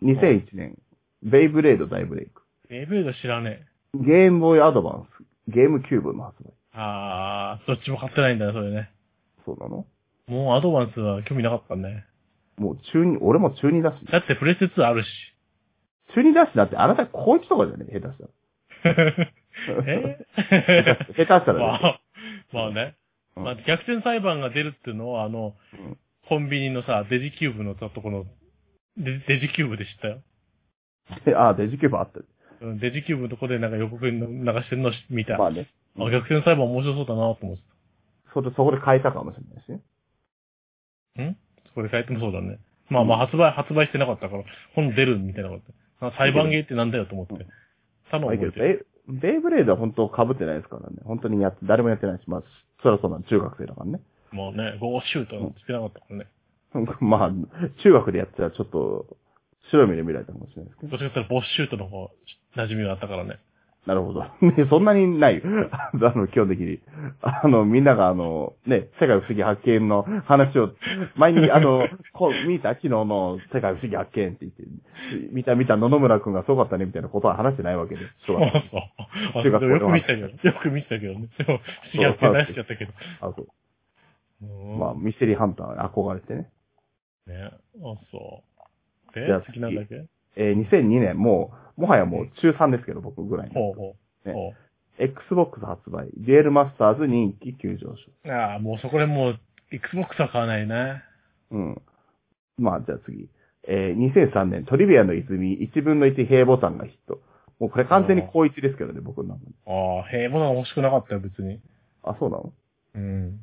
S2: 2001年、ベイブレード大ブレイク。
S1: レビュード知らねえ。
S2: ゲームボーイアドバンス、ゲームキューブの発売。
S1: あー、どっちも買ってないんだね、それね。
S2: そうなの
S1: もうアドバンスは興味なかったね。
S2: もう中二、俺も中二だし。
S1: だってプレステ2あるし。
S2: 中二だしだって、あなた高一とかじゃねえ下手したら。 下
S1: え
S2: 手した
S1: ま
S2: らね。
S1: あ、まあね。
S2: うん
S1: まあ、逆転裁判が出るっていうのは、あの、
S2: うん
S1: コンビニのさ、デジキューブのさ、とこの、デデジキューブで知ったよ。
S2: でああ、デジキューブあった。
S1: うんデジキューブのとこでなんか予告に流してるの見た。
S2: まあね。
S1: あ逆転裁判面白そうだなと思って
S2: それ、そこで変えたかもしれないしね。
S1: た。んこれ変えてもそうだね。まあまあ発売、発売してなかったから、本出るみたいなこと。あ裁判ゲーってなんだよと思って。たの
S2: まあいいけ
S1: 覚
S2: ど
S1: えてる。
S2: ベイベイブレードは本当被ってないですからね。本当にやっ誰もやってないし、まあ、そらそうなの中学生だからね。
S1: もうね、ゴーシュートなんてしてなかったからね。
S2: まあ、中学でやってたらちょっと、白い目で見られたかもしれないですけど。
S1: どっちかって言ったらボッシュートの方、馴染みがあったからね。
S2: なるほど。 ね、そんなにない。 あの、基本的に。あの、みんながあの、ね、世界不思議発見の話を、前にあの、こう、見た昨日の世界不思議発見って言って、見た見た野々村くんがすごかったねみたいなことは話してないわけです。
S1: そう そう。
S2: 中
S1: あで
S2: 学
S1: もよ
S2: 校
S1: く
S2: の
S1: 見てたけど、よく見てたけどね。でも、不思議発見出しちゃったけど。
S2: あそう。
S1: う
S2: まあ、ミステリーハンターに憧れてね。
S1: ね。あ、そう。で
S2: じゃあ、
S1: 好きなんだっけ
S2: えー2002年、もう、もはやもう中3ですけど、僕ぐらい
S1: ほう
S2: の。
S1: ほう。
S2: ね
S1: ほ
S2: Xbox 発売、デュエルマスターズ人気急上昇。
S1: う。ああ、もうそこでもう、Xbox は買わないね。
S2: うん。まあ、じゃあ次。えー2003年、トリビアの泉、1分の1平ボタンがヒット。もうこれ完全に高一ですけどね、僕の中で。
S1: ああ、平凡なの欲しくなかったよ、別に。
S2: あ、そうなの
S1: うん。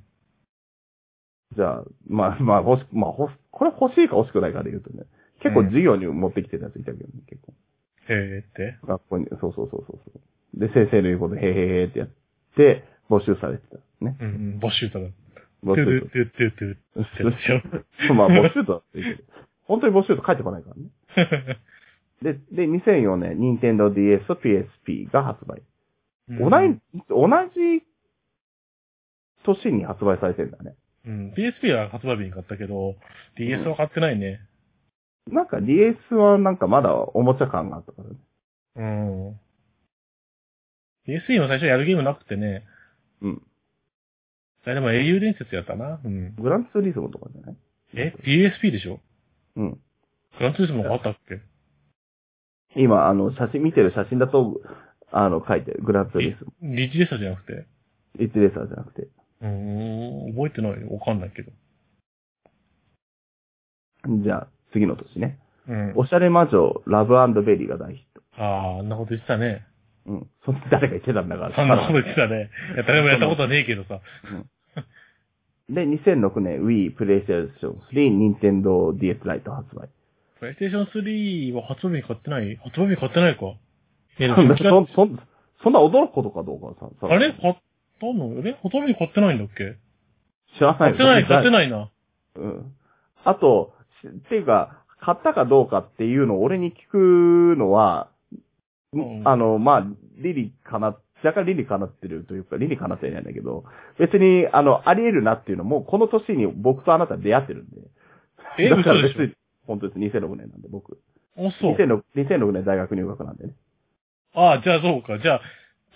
S2: じゃあ、まあ、まあ、欲し、まあ、欲しこれ欲しいか欲しくないかで言うとね、結構授業に持ってきてたやついたけどね、結構。
S1: へえって。
S2: 学校に、そうそうそうそうそう。で、先生の言うこと、へーへーへーってやって、募集されてた。ね。
S1: うんうん、募集歌だ。ト
S2: 募
S1: ゥ
S2: 集
S1: ルトゥトゥトゥってやつでしょ。
S2: と。まあ、募集とは言うけど。本当に募集と書いてこないからね。で、で、2004年、任天堂 DS と PSP が発売。同
S1: うん
S2: じ、同じ年に発売されてんだね。
S1: うん。PSP は発売日に買ったけど、DS は買ってないね。
S2: なんか DS はなんかまだおもちゃ感があったからね。
S1: うん。PSP も最初やるゲームなくてね。
S2: うん。
S1: あれでも英雄伝説やったな。うん。
S2: グランツーリスモとかじゃない
S1: え ?PSP でしょ
S2: うん。
S1: フランツーリスモがあったっけ
S2: 今、あの、写真、見てる写真だと、あの、書いてる。グランツーリスモ。
S1: リッチレーサーじゃなくて。
S2: リッチレーサーじゃなくて。
S1: うーん。覚えてないよ。わかんないけど。
S2: じゃあ、次の年ね。
S1: うん。
S2: おしゃれ魔女、ラブベリーが大ヒッ
S1: ああ、あんなこと言ってたね。
S2: ト。うん。そんな誰が言ってたんだから。
S1: そんなこと言って たね。いや、誰もやったことはねえけどさ。
S2: で、2006年、Wii、プレイステーション3、任天堂 DS ライト発売。
S1: プレイステーション3は発売日買ってない発売日買ってないか。え、
S2: そんな、
S1: 違う
S2: そんそんな驚くことかどうかはさ。さ
S1: あれ買ったのえ発売日買ってないんだっけ
S2: 知らないよ。
S1: 買ってない、買ってないな。
S2: うん。あと、しっていうか、買ったかどうかっていうのを俺に聞くのは、
S1: うん
S2: あの、まあ、リリかな、若干リリかなってるというか、リリかなってないんだけど、別に、あの、あり得るなっていうのも、この年に僕とあなた出会ってるんで。
S1: え、
S2: だか
S1: 嘘
S2: ら
S1: でし
S2: 別に、本当です。2006年なんで、僕。
S1: ょあ、そう。
S2: 2006, 2006年大学入学なんでね。
S1: ああ、じゃあそうか。じゃあ、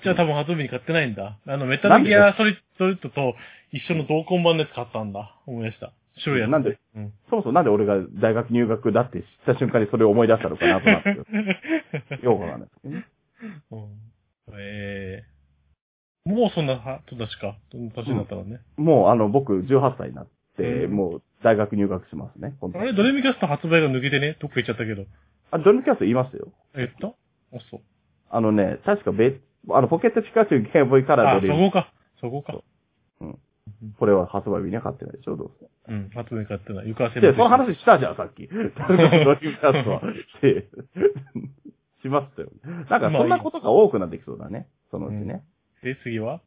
S1: じゃあ多分発売日に買ってないんだ。あの、メタルギアソリソリッドと一緒の同梱版のやつ買ったんだ。思い出した。白いやつ。
S2: なんで
S1: うん。
S2: そもそもなんで俺が大学入学だって知った瞬間にそれを思い出したのかなとな って、ようわからないですけどね。
S1: うんええもうそんな年か。そんな年になったらね。
S2: もう、あの、僕、18歳になって、
S1: うん
S2: もう、大学入学しますね。今度
S1: あれ、ドレミキャスト発売が抜けてね、どっか行っちゃったけど。
S2: あ、ドルキャスト言いましたよ。
S1: えっとあ、そう。
S2: あのね、確か別、あの、ポケットピカチュウ、ゲームボーイカ
S1: あ
S2: ラー、
S1: そ
S2: ドリ
S1: こか。そこか。
S2: これは発売日には買ってないでしょ、どうせ。
S1: うん。発売買ってない。床せ
S2: で、その話したじゃん、さっき。ドルキャス トは。でしましたよ。なんか、そんなことが多くなってきそうだね。そのうちね。
S1: で、次は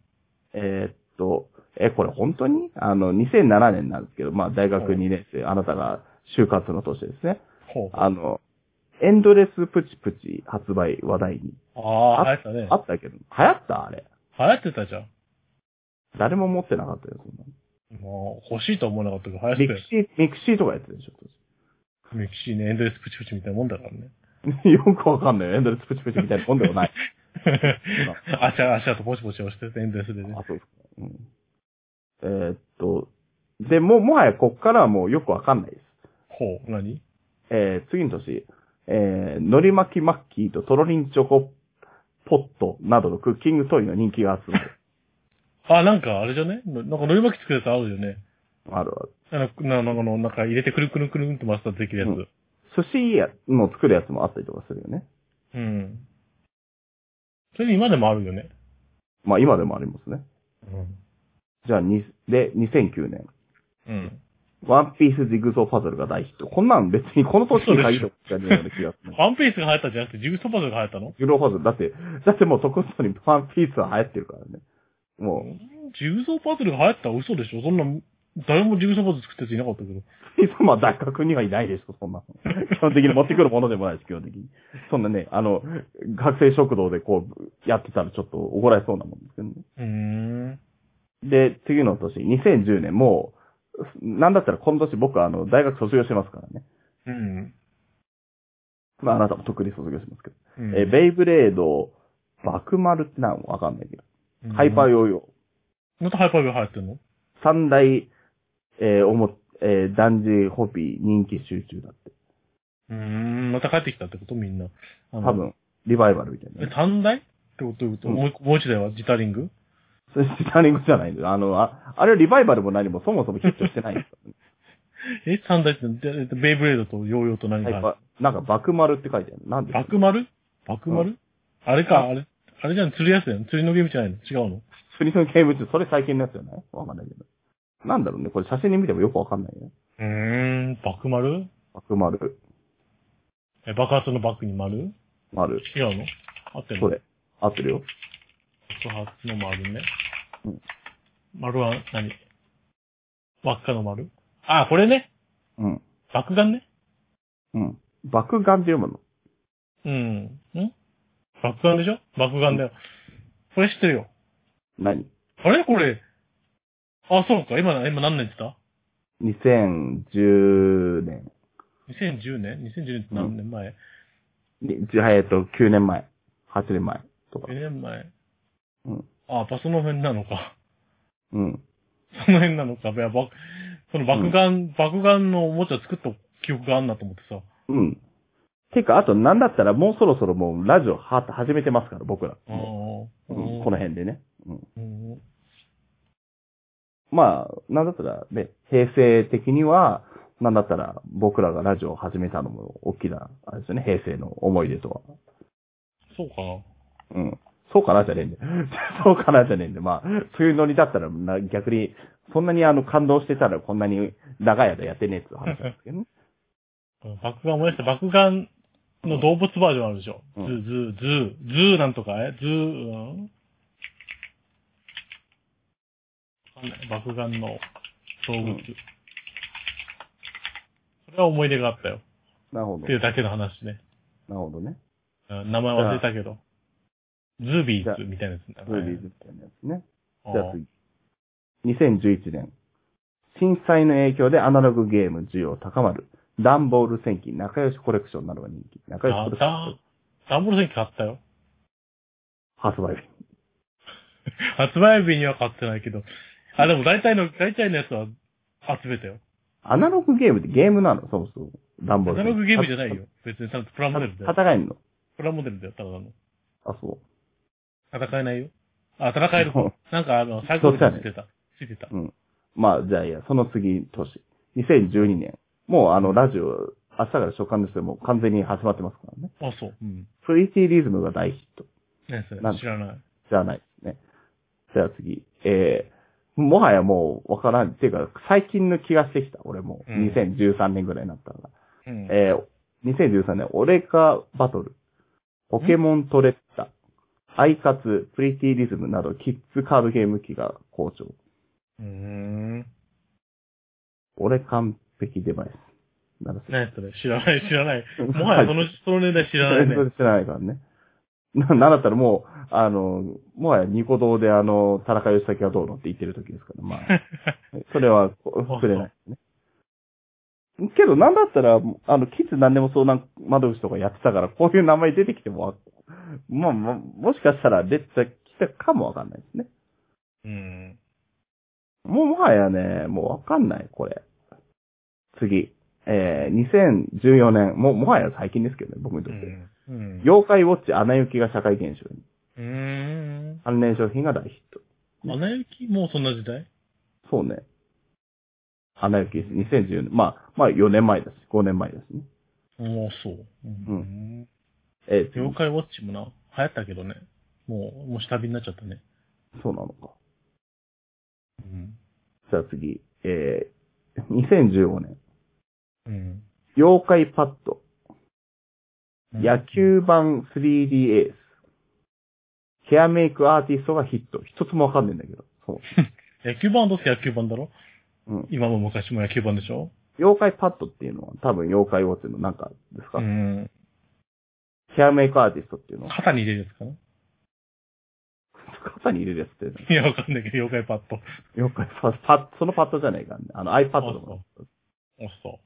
S2: えーっと、え、これ本当にあの、2007年なんですけど、まあ、大学2年生、あなたが就活の年ですね。
S1: ほう。あ
S2: あの、エンドレスプチプチ発売話題に。
S1: あー、流行
S2: あ
S1: ったね。
S2: あったけど、流行ったあれ。
S1: 流行ってたじゃん。
S2: 誰も持ってなかったよ、そんなの
S1: もう、欲しいとは思わなかったけど、流行
S2: ミ
S1: って
S2: ク
S1: たよ。
S2: シー、ミクシーとかやってるでしょ。
S1: ミキシーね、エンドレスプチプチみたいなもんだからね。
S2: 当時 よくわかんないよ。エンドレスプチプチみたいなもんでもない。
S1: あしゃ、あしゃとポチポチ押してて、エンドレスでね。
S2: あ、そうですか。うん、えーっと、で、もう、もはやこっからはもうよくわかんないです。
S1: ほう、何
S2: えー、次の年、えー、のり巻きマッキーととろりんチョコポットなどのクッキングトイの人気が集まる。
S1: あ、なんかあれじゃねななんかのり巻き作るやつあるよね。
S2: あるある。
S1: あの、ななんかあの、なんか入れてくるくるくるんって回したらできるや
S2: 寿
S1: つ。
S2: 司やの作るやつもあったりとかするよね。
S1: うん。それ今でもあるよね。
S2: まあ今でもありますね。
S1: うん。
S2: じゃあ、にで、2009年。
S1: うん。
S2: ワンピースジグソーパズルが大ヒット。こんなん別にこの年に限ったことじゃねえような気がする。
S1: ワンピースが流行ったんじゃなくて、ジグソーパズルが流行ったの
S2: ジグソーパズル、だって、だってもうとことにワンピースは流行ってるからね。もう、
S1: ジグソーパズルが流行ったら嘘でしょそんな、誰もジグソーパズル作ったやついなかったけど。
S2: ピースは大学にはいないでしょ、そんなの。基本的に持ってくるものでもないし、基本的に。そんなね、あの、学生食堂でこう、やってたらちょっと怒られそうなもんですけどね。
S1: うーん。
S2: で、次の年、2010年、もう、なんだったらこの年僕はあの、大学卒業してますからね。
S1: うん。
S2: まああなたもとっくに卒業してますけど。
S1: うん
S2: えー、ベイブレード、バクマルってなんわかんないけど。ハイパー
S1: ー。
S2: ヨーヨ
S1: またハイパーが流行ってんの
S2: ー。三大、えーおも、えー、ダンジホピー人気集中だって。
S1: うーん、また帰ってきたってことみんな。多
S2: 多。分、リバイバルみたいな
S1: え
S2: ね。、
S1: 短大ってこと言うと、
S2: うん
S1: もう一個もう一台はジタリング
S2: それスターリングじゃないんだよ。あの、あ、あれはリバイバルも何もそもそもヒットしてないん ですよ。
S1: え、三大って、ででベイブレードとヨーヨーと何
S2: はい
S1: か
S2: ばなんか、バクマルって書いてある。なんで
S1: ある。バクマルバクマ
S2: う
S1: ルあれか、あれ、あれじゃん、釣りやすいの釣りのゲームじゃないの違うの
S2: 釣りのゲーム中、それ最近のやつじゃないわかんないけど。なんだろうね、これ写真に見てもよくわかんないね。
S1: うーん、バクマル
S2: バクマル、
S1: え、爆発のバックに丸
S2: マル、
S1: 違うの合ってるの
S2: それ。合ってるよ。
S1: 爆発の丸ね。
S2: うん
S1: 丸は何輪っかの丸あ、これね。
S2: うん。
S1: 爆弾ね。
S2: うん。爆眼って読むの。
S1: うん。ん爆弾でしょ爆弾だよ。これ知ってるよ。
S2: 何
S1: あれこれ。あ、そうか。今、今何年って言っ
S2: ?2010 年。
S1: た ?2010 年 ?2010 年って何年前、
S2: にじゃあえっと、9年前。8年前。とか
S1: ?4。年前。
S2: うん。
S1: あ、やっぱその辺なのか。
S2: うん。
S1: その辺なのか。いや、ばその爆弾、爆弾のおもちゃ作った記憶があんなと思ってさ。
S2: うん。てか、あと、なんだったら、もうそろそろもう、ラジオは、始めてますから、僕ら。
S1: あー
S2: うん
S1: うん
S2: この辺でね。うん。
S1: うん
S2: まあ、なんだったら、ね、平成的には、なんだったら、僕らがラジオを始めたのも、大きな、あれですよね、平成の思い出とは。
S1: そうかな。
S2: うん。そうかなじゃねえんだよ。 そうかなじゃねえんだよ。まあ、そういうノリだったら、な逆に、そんなにあの、感動してたら、こんなに長い間やってねえっていう話なんですけどね。
S1: 爆弾燃やした爆弾の動物バージョンあるでしょ。
S2: うん
S1: ズー、ズー、ズー、ズーなんとか、えズー、うんわかんない爆弾
S2: う
S1: の動物
S2: ん。
S1: それは思い出があったよ。
S2: なるほど。
S1: ってい
S2: な
S1: うだけの話ね。
S2: るほどね。
S1: うん名前忘れたけど。ズービーズみたいなやつだ
S2: ブービーズみたいなやつね。
S1: あ
S2: じゃあ次。2011年。震災の影響でアナログゲーム需要高まる。ダンボール戦記仲良しコレクションなどが人気。仲良しコレクショ
S1: あ
S2: ン、
S1: ダンボール戦記買ったよ。
S2: 発売日。
S1: 発売日には買ってないけど。あ、でも大体の、大体のやつは集めたよ。
S2: アナログゲームってゲームなのそもそも。ダンボ
S1: ア
S2: ール
S1: ナ
S2: 戦記
S1: ログゲームじゃないよ。別に、ちゃんとプラモデルだよ。
S2: 戦えんの
S1: プラモデルだよ、ただの。
S2: あ、そ
S1: 戦えないよ。あ、戦える
S2: そう。
S1: なんかあの、サイコロついてた。ついてた。
S2: う。うん。まあ、じゃあいや、その次、年。2012年。もうあの、ラジオ、明日から初刊ですけど、もう完全に始まってますからね。
S1: あ、そう。うん。
S2: プリティリズムが大ヒット。
S1: ねそれ
S2: なん。だ
S1: 知らない。
S2: じゃないですね。じゃあ次。えー、もはやもうわからん。っていうか、最近の気がしてきた。俺も。
S1: うん
S2: 2013年ぐらいになったから。
S1: うん。
S2: えー、2013年、俺かバトル。ポケモントレッタ。アイカツ、プリティリズムなど、キッズカードゲーム機が好調。
S1: うーん。
S2: 俺完璧デバイス。ならせ
S1: ねそれ。知らない、知 らない。もはやその、その年代知らないね。
S2: それ知らないからね。な、なんだったらもう、あの、もはやニコ動であの、田中義崎がどうのって言ってる時ですから、まあ。それは、こ
S1: そう
S2: 触れないですね。けど、なんだったら、あの、キッズ何でも相談窓口とかやってたから、こういう名前出てきても、まあ、まあ、もしかしたら出てきたかもわかんないですね。
S1: うん。
S2: もう、もはやね、もうわかんない、これ。次。えー、2014年、もう、もはや最近ですけどね、僕に
S1: う
S2: とって。
S1: ん。うん。
S2: 妖怪ウォッチ、穴行きが社会現象に。
S1: うーん。
S2: 関連商品が大ヒット。
S1: アナ雪もうそんな時代
S2: そうね。穴行きです。2014年。まあ、まあ4年前だし、5年前だしね。
S1: もうそう。うん。
S2: えー次
S1: 妖怪ウォッチもな、流行ったけどね。もう、もう下火になっちゃったね。
S2: そうなのか。
S1: うん。
S2: じゃあ次。えー、2015年。
S1: うん。
S2: 妖怪パッド。野球版 3D エース。ヘアメイクアーティストがヒット。一つもわかんねえんだけど。そう。
S1: 野球版はどうせ野球版だろ
S2: うん。
S1: 今も昔も野球版でしょ
S2: 妖怪パッドっていうのは多分妖怪ウォッチのなんかですか、
S1: うん。
S2: ヘアメイクアーティストっていうのは
S1: 肩に入れるやつかな
S2: 肩に入れるやつって。
S1: いや、わかんないけど、妖怪パッド。
S2: 妖怪パッド、パッそのパッドじゃないからね。あの iPad の
S1: そうあ、そ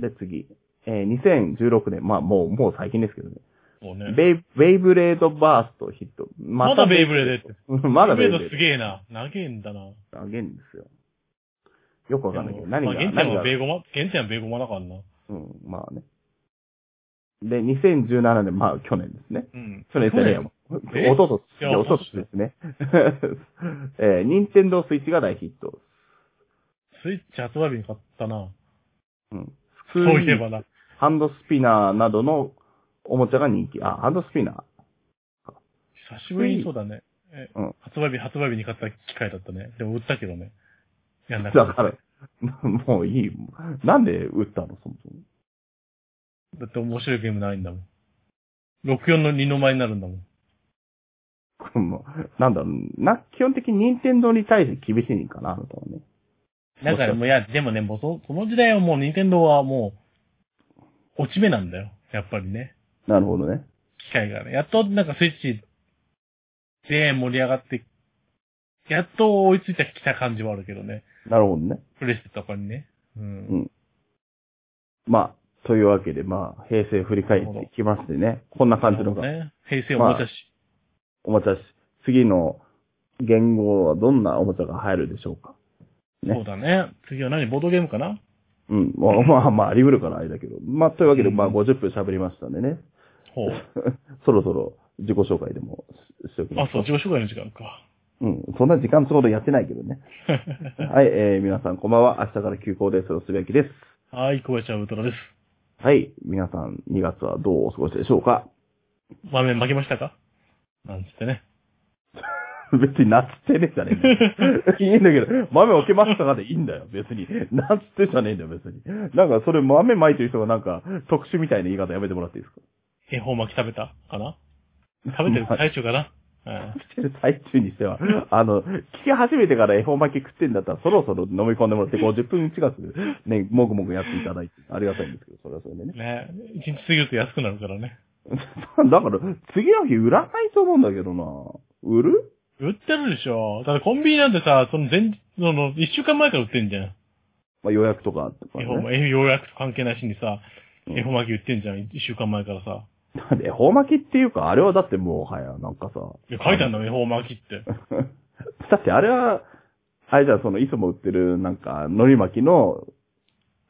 S2: で、次。えー、2016年。まあ、もう、もう最近ですけどね。
S1: う。そうね。
S2: ベイ、ベイブレードバーストヒット。ま
S1: まだベイブレードやって
S2: ド。まだベイブレード
S1: す。げえな。長えんだな。
S2: あげんですよ。よくわかんないけど、
S1: まあ
S2: 何が、
S1: 原点
S2: 何
S1: は
S2: が、
S1: ベーゴマ、原点はベーゴマだからな。
S2: うん、まあね。で、2017年、まあ去年ですね。
S1: うん。
S2: 去年じゃねえやもん。
S1: え
S2: おととし、
S1: いや
S2: おととしですね。 えー、任天堂スイッチが大ヒット。
S1: スイッチ発売日に買ったな。
S2: うん。普
S1: そうい
S2: 通
S1: え
S2: に
S1: ばな。
S2: ハンドスピナーなどのおもちゃが人気。あ、ハンドスピナ
S1: 久しぶりにそうだね。え
S2: うん
S1: 発売日、発売日に買った機械だったね。でも売ったけどね。やんな
S2: ー。だ
S1: かった。
S2: から、もういい。なんで売ったの、そもそも。
S1: だって面白いゲームないんだもん。64の二の前になるんだもん。
S2: このなんだろう、な、基本的に任天堂に対して厳しいんかな、あなたはね。
S1: だからもういや、でもね、もうそその時代はもう任天堂はもう、落ち目なんだよ。やっぱりね。
S2: なるほどね。
S1: 機械がね。やっとなんかスイッチで盛り上がって、やっと追いついてきた感じはあるけどね。
S2: なるほどね。
S1: プレステとかにね。うん。
S2: うんまあ、というわけで、まあ、平成振り返ってきましてね。こんな感じのが、
S1: ね。平成おもちゃし。
S2: おもちゃし、次の言語はどんなおもちゃが入るでしょうか。ね
S1: そうだね。次は何ボードゲームかな
S2: うん。まあ、まあ、まあ、あり得るからあれだけど。まあ、というわけで、
S1: うん
S2: まあ、50分喋りましたんでね。
S1: ほう。
S2: そろそろ自己紹介でもししておきま
S1: あ、
S2: す。
S1: そう、自己紹介の時間か。
S2: うん。そんな時間ちょうどやってないけどね。はい、えー、皆さんこんばんは。明日から休校です。すべきです。
S1: はい、小林はウルトラです。
S2: はい。皆さん、2月はどうお過ごしでしょうか
S1: 場面負けましたかなんつってね。
S2: 別になつってねえじゃねえ んだよ。いいんだけど、豆置けましたかでいいんだよ、別に。なつってじゃねえんだよ、別に。なんか、それ豆まいてる人がなんか、特殊みたいな言い方やめてもらっていいですか
S1: 恵方巻き食べたかな食べてる
S2: まあ
S1: 最中かな、うん
S2: してる最中にしては、あの、聞き始めてから恵方巻き食ってんだったら、そろそろ飲み込んでもらって、50分近く、ね、もぐもぐやっていただいて、ありがたいんですけど、それはそれでね。
S1: ね一日過ぎると安くなるからね。
S2: だから、次の日売らないと思うんだけどな売る
S1: 売ってるでしょ。だってコンビニなんてさ、その前日、その、一週間前から売ってんじゃん。
S2: まあ、予約とかあってから
S1: 恵
S2: ね
S1: 方巻き、ようやく関係なしにさ、
S2: うん
S1: 恵方巻き売ってんじゃん。一週間前からさ。
S2: なんで、恵方巻きっていうか、あれはだってもうはや、なんかさ。
S1: いや書いてあるんだもん、恵方巻きって。
S2: だってあれは、あれじゃんその、いつも売ってる、なんか、海苔巻きの、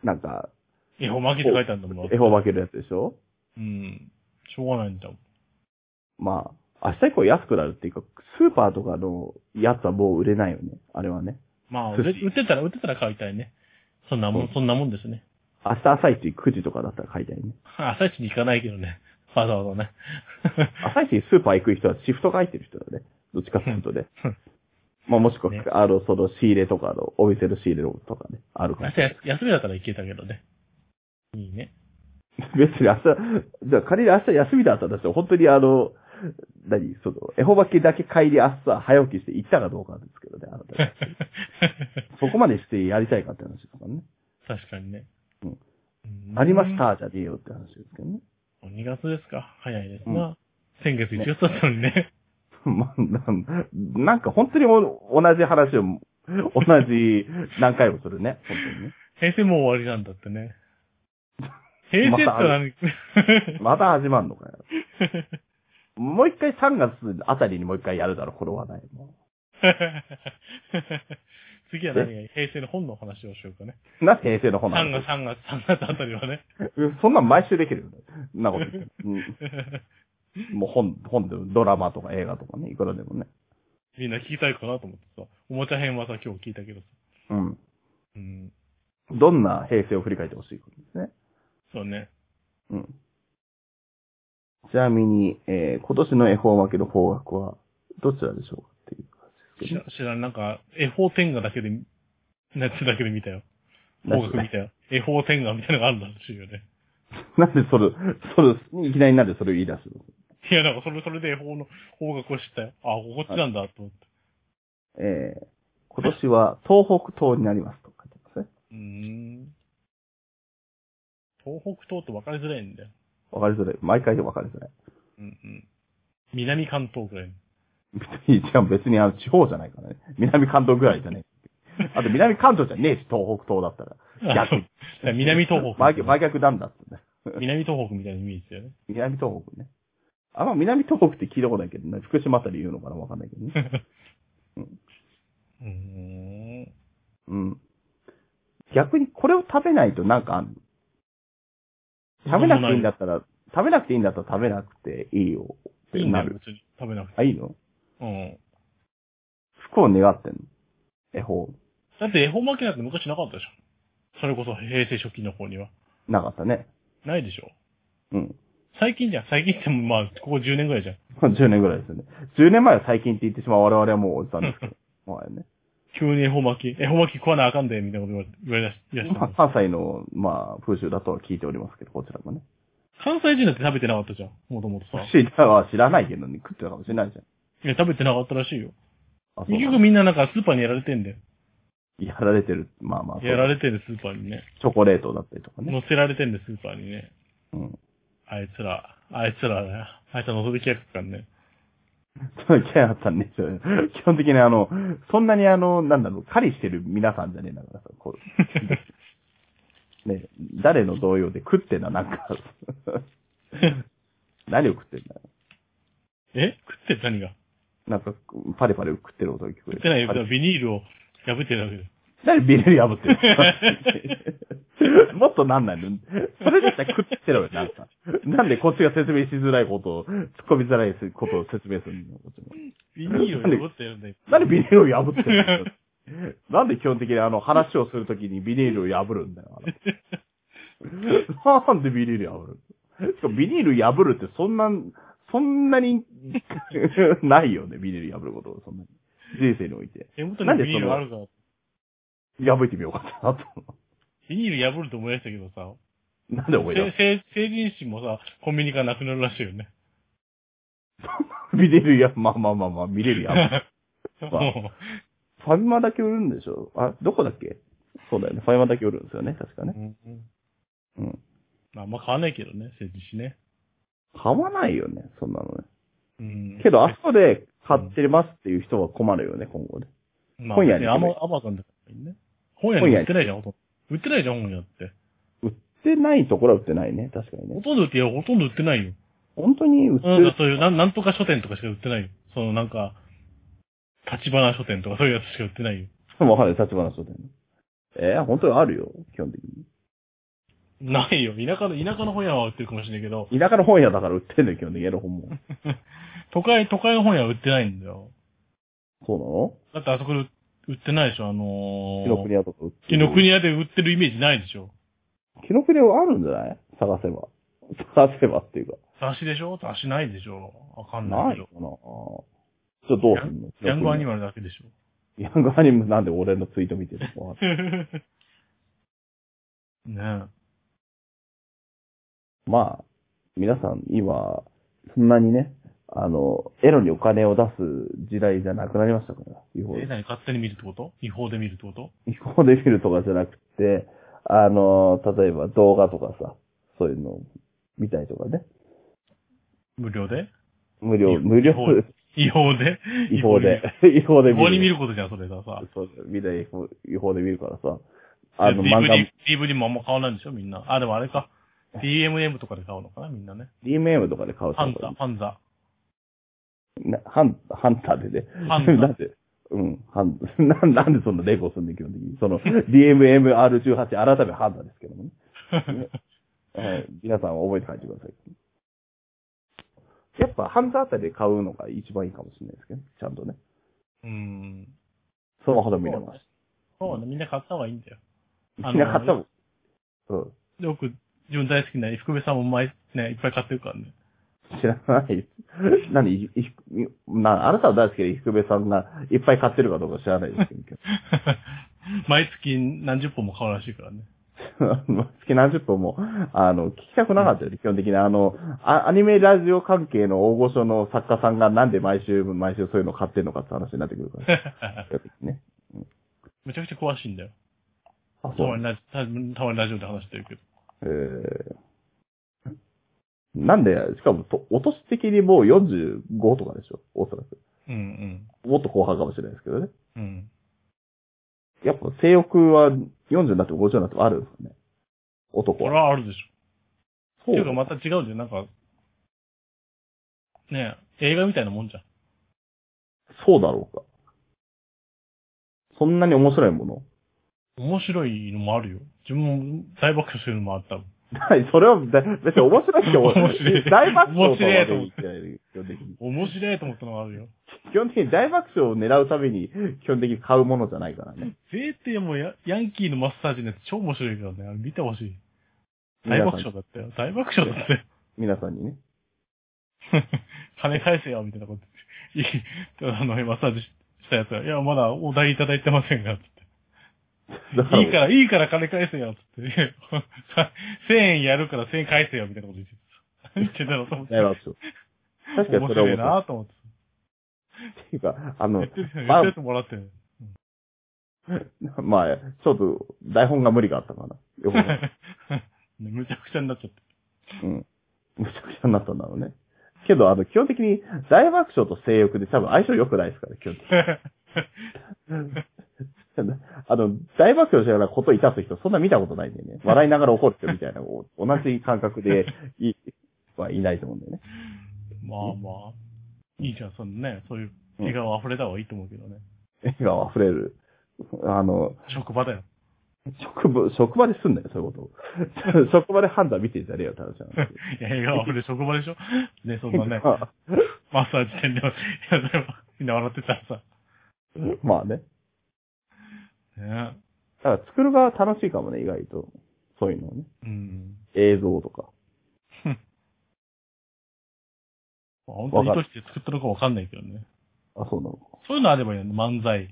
S2: なんか、
S1: 恵方巻きって書いてあるんだもん。
S2: 恵方巻きのやつでしょ
S1: うん。しょうがないんだもん。
S2: まあ、明日以降安くなるっていうか、スーパーとかのやつはもう売れないよね。あれはね。
S1: まあ、売
S2: 寿司
S1: れ売ってたら、売ってたら買いたいね。そんなもん、そんなもんですね。
S2: 明日朝一9時とかだったら買いたいね。
S1: 朝一に行かないけどね。わざわざね。
S2: 朝一にスーパー行く人はシフトが入ってる人だね。どっちかっていうとね。まあもしくは、
S1: ね
S2: あの、その仕入れとかの、お店の仕入れとかね、あるか
S1: 明
S2: ら
S1: 日。や休みだったら行けたけどね。いい ね。
S2: 別に明日、じゃあ仮に明日休みだったとしても、本当にあの、何、その、恵方巻きだけ買いに明日早起きして行ったかどうかなんですけどね、あなた そこまでしてやりたいかって話ですからね。
S1: 確かにね。
S2: うん
S1: うん
S2: ありまし。た、じゃねえよって話ですけどね。
S1: 2月ですか。早いですな。先月1月だったのにね。
S2: まあ、なんなんか本当にお同じ話を、同じ何回もするね、本
S1: 平成もう終わりなんだって ね。平成って何
S2: 当にね。また始まんのかよ。もう一回3月あたりにもう一回やるだろ、この話題も。
S1: 次は何がいい平成の本の話をしようかね。
S2: な、平成の本な
S1: 3
S2: の
S1: 月、3月、3月あたりは ね。
S2: そんなん毎週できるよね。そんなこと言ってうんもう本、本でもドラマとか映画とかね、いくらでもね。
S1: みんな聞きたいかなと思ってさ。おもちゃ編はさ、今日聞いたけどさ。
S2: うん。
S1: うん。
S2: どんな平成を振り返ってほしいことですね。
S1: そうね。
S2: うん。ちなみに、えー、今年の恵方巻きの方角は、どちらでしょうかっていう感じです
S1: 知
S2: けど
S1: ら。知らん、なんか、絵法天下だけで、なやつだけで見たよ。
S2: な
S1: 方角見たよ。絵法天下みたいなのがあるんだらしいよね。
S2: なんでそれ、それ、いきなりなんでそれを言い出すの
S1: いや、なんかそれ、それで絵法の方角を知ったよ。あ、こっちなんだ、と思って。
S2: えー、今年は東北東になりますと書いてますね。
S1: うーん。東北東って分かりづらいんだよ。
S2: わかりづらい。毎回でわかりづらい。
S1: うんうん。南関東ぐらいの。
S2: 別に、しかも別にあの地方じゃないからね。南関東ぐらいじゃねえ。あと南関東じゃねえし、東北東だったら。
S1: あそう南東 北。
S2: 真逆、真逆なんだってね。
S1: 南東北みたいなイメージだよね。
S2: 南東北ね。あんま南東北って聞いたことないけどね。福島あたり言うのかなわかんない けどね。
S1: うーん。
S2: うん。逆にこれを食べないとなんかあんの食べなくていいんだったら、食べなくていいんだったら食べなくていいよって
S1: いいん
S2: な
S1: だよ、
S2: る。
S1: 別に。食べなくて。
S2: あ、いいの
S1: うん。
S2: 不幸を願ってんの絵本。
S1: だって恵方巻きなんて昔なかったでしょ。それこそ平成初期の方には。
S2: なかったね。
S1: ないでしょ。
S2: うん。
S1: 最近じゃん。最近ってもまあ、ここ10年ぐらいじゃん。
S2: 10年ぐらいですよね。10年前は最近って言ってしまう我々はもうおじさんですけど。もうね。
S1: 急に恵方巻き、恵方巻き食わなあかんで、みたいなこと言われ言われだし言い出した
S2: まあ
S1: の。
S2: 関西の、まあ、風習だとは聞いておりますけど、こちらもね。
S1: 関西人だって食べてなかったじゃん。もともとさ。
S2: 知らは知らないけどね、食ってたかもしれないじゃん。
S1: いや、食べてなかったらしいよ。
S2: あ、そう
S1: 結
S2: な
S1: 局
S2: の
S1: みんななんかスーパーにやられてんだよ。
S2: やられてる。まあまあ、そう
S1: やられてるスーパーにね。
S2: チョコレートだったりとかね。
S1: 乗せられてんだよ、スーパーにね。
S2: うん。
S1: あいつら、あいつらね、あいつらのぞびきやくからね。
S2: そういうキャラだったんでしょうね。基本的にあの、そんなにあの、なんだろう、狩りしてる皆さんじゃねえんだからさ、こ う。ね、誰の同様で食ってんだ、なんか。何を食ってんだ
S1: え食って何が
S2: なんか、パリパリ食ってる音が聞こえる。
S1: 食ってないよ
S2: パリ。
S1: ビニールを破ってるだけで。
S2: 何ビニール破って るもっとなんないのそれだったら食ってろよ、なんか。なんでこっちが説明しづらいことを、突っ込みづらいことを説明するのこっちも
S1: ビニールを破ってるんだよ。
S2: なんでビニールを破ってる んだよ。なんで基本的にあの話をするときにビニールを破るんだよ。あのなんでビニール破るしかもビニール破るってそんな、そんなにないよね、ビニール破ることそんなに。人生において。
S1: 手元にビニールあるから。
S2: 破いてみようかなと。
S1: ビニール破ると思い出したけどさ。
S2: なんで思い出
S1: せ成成人誌もさ、コンビニからなくなるらしいよね。
S2: すビニールや、まあまあまあまあ、ビニール破る。
S1: も
S2: ファミマだけ売るんでしょあ、どこだっけそうだよね。ファミマだけ売るんですよね、確か
S1: う
S2: ね。
S1: うん
S2: うん。
S1: まあ、あんま買わないけどね、成人誌ね。
S2: 買わないよね、そんなのね。
S1: うん
S2: けど、あそこで買ってますっていう人は困るよね、今後ね。
S1: まあ、
S2: 本
S1: 本
S2: 屋
S1: 屋
S2: に
S1: に。
S2: 行けば
S1: ア
S2: い
S1: マ
S2: い
S1: アマゾンで買えばいいね。本屋に売ってないじゃん、ほとんど。売ってないじゃん、本屋って。
S2: 売ってないところは売ってないね、確かに
S1: ほ
S2: ね。
S1: とんど売って、いやほとんど売ってないよ。
S2: 本当に売って
S1: なん
S2: る
S1: か。そういう、なんなんとか書店とかしか売ってないよ。そのなんか、立花書店とかそういうやつしか売ってないよ。
S2: わかんない、立花商店えー、本当にあるよ、基本的に。
S1: ないよ。田舎の、田舎の本屋は売ってるかもしれないけど、
S2: 田舎の本屋だから売ってんのよ、基本的に、エロ本も。
S1: 都会、都会の本屋は売ってないんだよ。
S2: そ
S1: だってあそこで売売ってないでしょ、あ
S2: うなの紀ノ
S1: のー。
S2: 国屋とか売ってる。
S1: 紀ノ国屋で売ってるイメージないでしょ。
S2: 紀ノ国屋はあるんじゃない探せば。探せばっていうか。
S1: 雑誌でしょ雑誌ないでしょわかんな
S2: な
S1: いけ
S2: いか
S1: ど
S2: な。。じゃあどうすんの
S1: ヤングアニ
S2: メ。
S1: マルだけでし ょ。
S2: ヤングアニメなんで俺のツイート見てるのわかんない
S1: ね
S2: まあ、皆さん今、そんなにね、あの、エロにお金を出す時代じゃなくなりましたから、違
S1: え
S2: 法。
S1: え、何勝手に見るってこと違法で見るってこと
S2: 違法で見るとかじゃなくて、あの、例えば動画とかさ、そういうのを見たりとかね。
S1: 無料で
S2: 無料、
S1: 違法
S2: 無料、
S1: 違法で
S2: 違法で、違法で
S1: 違法に見
S2: 見る。
S1: ることじゃん、それがさ。
S2: そう見ない違法違法で見るからさ。あ
S1: あ
S2: の、
S1: の、
S2: 漫画
S1: DVD、DVD もあんま買わないんでしょ、みんな。あ、でもあ れか。DMM とかで買うのかな、みんなね。
S2: DMM とかで買う
S1: ハンザ、ハ ンザ。
S2: なハン、ハンターでね。
S1: ハ ンター
S2: なんで、うん、ハン、 なんなんでそんな連呼すんねん、基本的に。その、DMMR18、改めハンターですけどもね。はい皆さんは覚えて帰ってください。やっぱ、ハンターあたりで買うのが一番いいかもしれないですけど、ちゃんとね。
S1: うーん。
S2: スマホで見れます。
S1: そうね、みんな買った方がいいんだよ。
S2: み
S1: あの
S2: んな買ったもん。うん。
S1: よく、自分大好きな福部さんも毎、ね、いっぱい買ってるから ね。
S2: 知らない です。何、いいな、あなたは大好きで、福部さんがいっぱい買ってるかどうか知らないですけど。
S1: 毎月何十本も買うらしいから ね。
S2: 好き何十分も、あの、聞きたくなかったよね、基本的に。あのあ、アニメラジオ関係の大御所の作家さんがなんで毎週、毎週そういうの買ってんのかって話になってくる から。基本的にね。
S1: めちゃくちゃ詳しいんだよ。
S2: あ、
S1: た
S2: そ
S1: ま
S2: う
S1: に。ラジたたまにラジオで話してるけど。
S2: えー、なんで、しかもと、お年的にもう45とかでしょおそらく。
S1: うん
S2: もっと後半かもしれないですけどね。
S1: うん。うん。
S2: やっぱ性欲は40になっても50になってもあるんですかね男
S1: これ
S2: は。
S1: はあるでしょ。
S2: そう
S1: っていうかまた違うじゃん。なんか、ねえ、映画みたいなもんじゃん。
S2: そうだろうか。そんなに面白いもの
S1: 面白いのもあるよ。自分も大爆笑してるのもあったもん。
S2: はい、それは、だ別に面白いって思う
S1: 面白い
S2: 大爆笑とは面白いと思う基本的に。
S1: 面白いと思ったのもあるよ。
S2: 基本的に大爆笑を狙うために、基本的に買うものじゃないからね。
S1: 税定もやヤンキーのマッサージのやつ超面白いからね。あれ見てほしい。大爆笑だったよ。大爆笑だったよ。
S2: 皆さんにね。
S1: 金返せよ、みたいなこと言って。いいあの、マッサージしたやつは、いや、まだお代いただいてませんが、つって。
S2: だ
S1: いいから、いいから金返せよ、つって。 いや1000円やるから1000円返せよ、みたいなこと言ってた。 何言ってんだろうと思って。
S2: 大爆笑。確かに
S1: 面
S2: それは面
S1: 白
S2: 白
S1: い
S2: い。
S1: なと思って。
S2: っていうか、あの
S1: 言っ、てる人、言ってる人もらってる。
S2: まあ、ちょっと、台本が無理があったかな。よくわかん ない
S1: ねむちゃくちゃになっちゃって。
S2: うん。むちゃくちゃになったんだろうね。けど、あの、基本的に、大爆笑と性欲で多分相性良くないですから、基本的に。あの、大爆笑しながらこといたす人、そんな見たことないん でね。笑いながら怒る人みたいな、お同じ感覚でい、はいないと思うんだよね。
S1: まあまあ、いいじゃん、そのね、そういう笑顔溢れた方がいいと思うけどね。
S2: 笑顔溢れる。あの、
S1: 職場だよ。
S2: 職場、職場ですんだよ、そういうこと。 職場で判断見てんじゃねえよ、ただちゃん。
S1: いや、笑顔溢れる職場でしょね、そん なね、
S2: まあ
S1: マッサージ店でも、いや、でもみんな笑ってたらさ、
S2: まあね。
S1: ね。
S2: だから作る側は楽しいかもね、意外と。そういうのはね。
S1: うん。
S2: 映像とか。
S1: まあ本当に意図して作ったのかわかんないけどね。
S2: あ、そうなの。
S1: そういうのあればいいよね。漫才。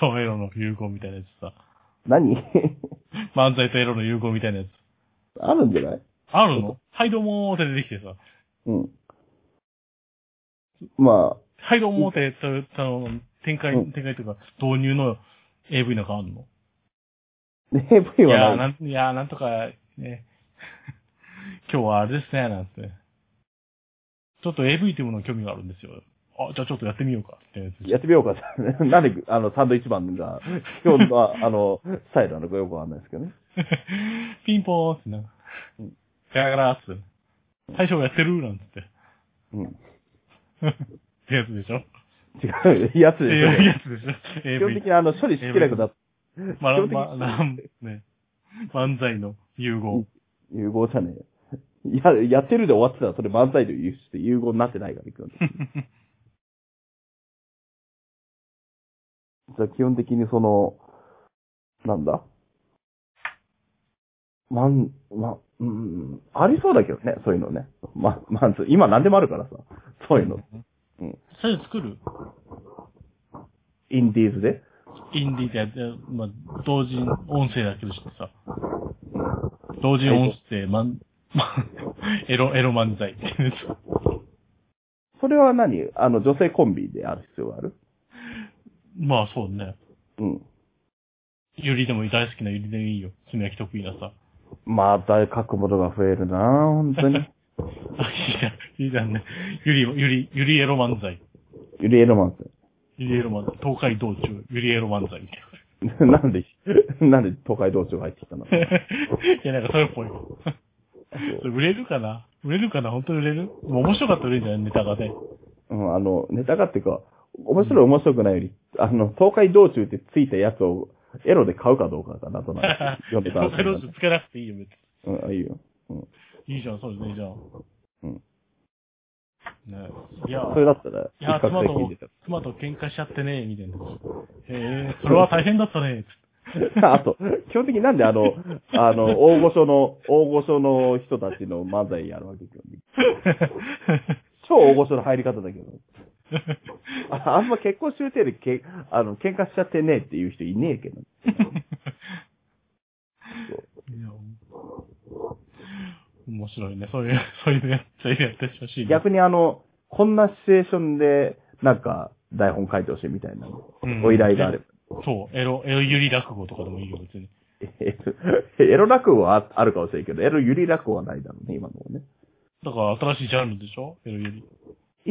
S1: とエロの融合みたいなやつさ。
S2: 何
S1: 漫才とエロの融合みたいなやつ。
S2: あるんじゃない
S1: あるのはい、どうもーって出てきてさ。
S2: うん。ま
S1: はい、どうもーって、その、展開、
S2: うん
S1: 展開というか、導入の AV なんかあんの
S2: あ、AV
S1: いやー
S2: はない。
S1: なん、いやーなんとか、ね。 今日はあれですね、なんて。ちょっと AV というものに興味があるんですよ。あ、じゃあちょっとやってみようかってやつ。
S2: やってみようか。 なんで、あの、サンドイッチマン が、今日の、あの、スタイルなのかよくわかんないですけどね。
S1: ピンポーンってな。ガラガラーって。大将やってるなんつって。
S2: うん。
S1: ってやつでしょっ
S2: 違う、やつ
S1: て
S2: で
S1: い
S2: しょ
S1: うやつでしょ
S2: 基本
S1: ?AV
S2: 的。にあの、処理しきれなくなった。
S1: ま
S2: 基
S1: あ、
S2: 本的
S1: まあ、なん、ね。漫才の融合。
S2: に融合じゃねえよ。や、やってるで終わってたら、それ漫才で融して融合になってないから、基本的に。 じゃあ基本的にその、なんだまん、ま、うん、ありそうだけどね、そういうのね。ま、まず、今何でもあるからさ。そういうの。
S1: それ作る
S2: インディーズで。
S1: インディーでやって、まあ、同時音声だけどしてさ。同時音声、まん、 ま、エロ、エロ漫才っていうやつ。
S2: それは何あの、女性コンビである必要がある
S1: まあ、そうね。
S2: うん。
S1: ゆりでもいい、大好きなゆりでもいいよ。炭焼き得意なさ。
S2: また書くものが増えるな本当 に。
S1: あ、いいじゃん、いいじゃんね。ゆり、ゆり、ゆりエロ漫才。
S2: ゆりえろマンス。
S1: ゆりエロ漫才。東海道中、ゆりエロ漫才み た い
S2: なんで、なんで東海道中入ってきたの
S1: な。いや、なんかそれっぽい。 それ売れるかな売れるかな本当に売れるもう面白かったら売れるんじゃないネタがね。
S2: うん、あの、ネタがっていうか、面白い面白くないより、あの、東海道中ってついたやつをエロで買うかどうかが謎 なんです。読んでた
S1: 東海道中つけなくていいよ、別
S2: うん、いいよ。
S1: に。いいじゃん、それでいいじゃん。
S2: うん
S1: ねいや、
S2: それだったら、
S1: いや、
S2: 一攫
S1: 妻
S2: 千金
S1: と
S2: 出ちゃ、
S1: 妻と喧嘩しちゃってね、みたいな。へえ、それは大変だったね、
S2: う あと、基本的になんであの、あの、大御所の、大御所の人たちの漫才やるわけ基本的に超大御所の入り方だけど。ああんま結婚してる程度け、あの、喧嘩しちゃってねえっていう人いねえけど。
S1: いや面白いね。そう いう、そういうのやっちゃいやってほしいね。
S2: 逆にあの、こんなシチュエーションで、なんか、台本書いてほしいみたいな、
S1: うん
S2: ご依頼があれば。
S1: そう、エロ、エロゆり落語とかでもいいよ、別に。
S2: えエロ落語はああるかもしれんけど、エロゆり落語はないだろうね、今のはね。
S1: だから新しいジャンルでしょエロゆり。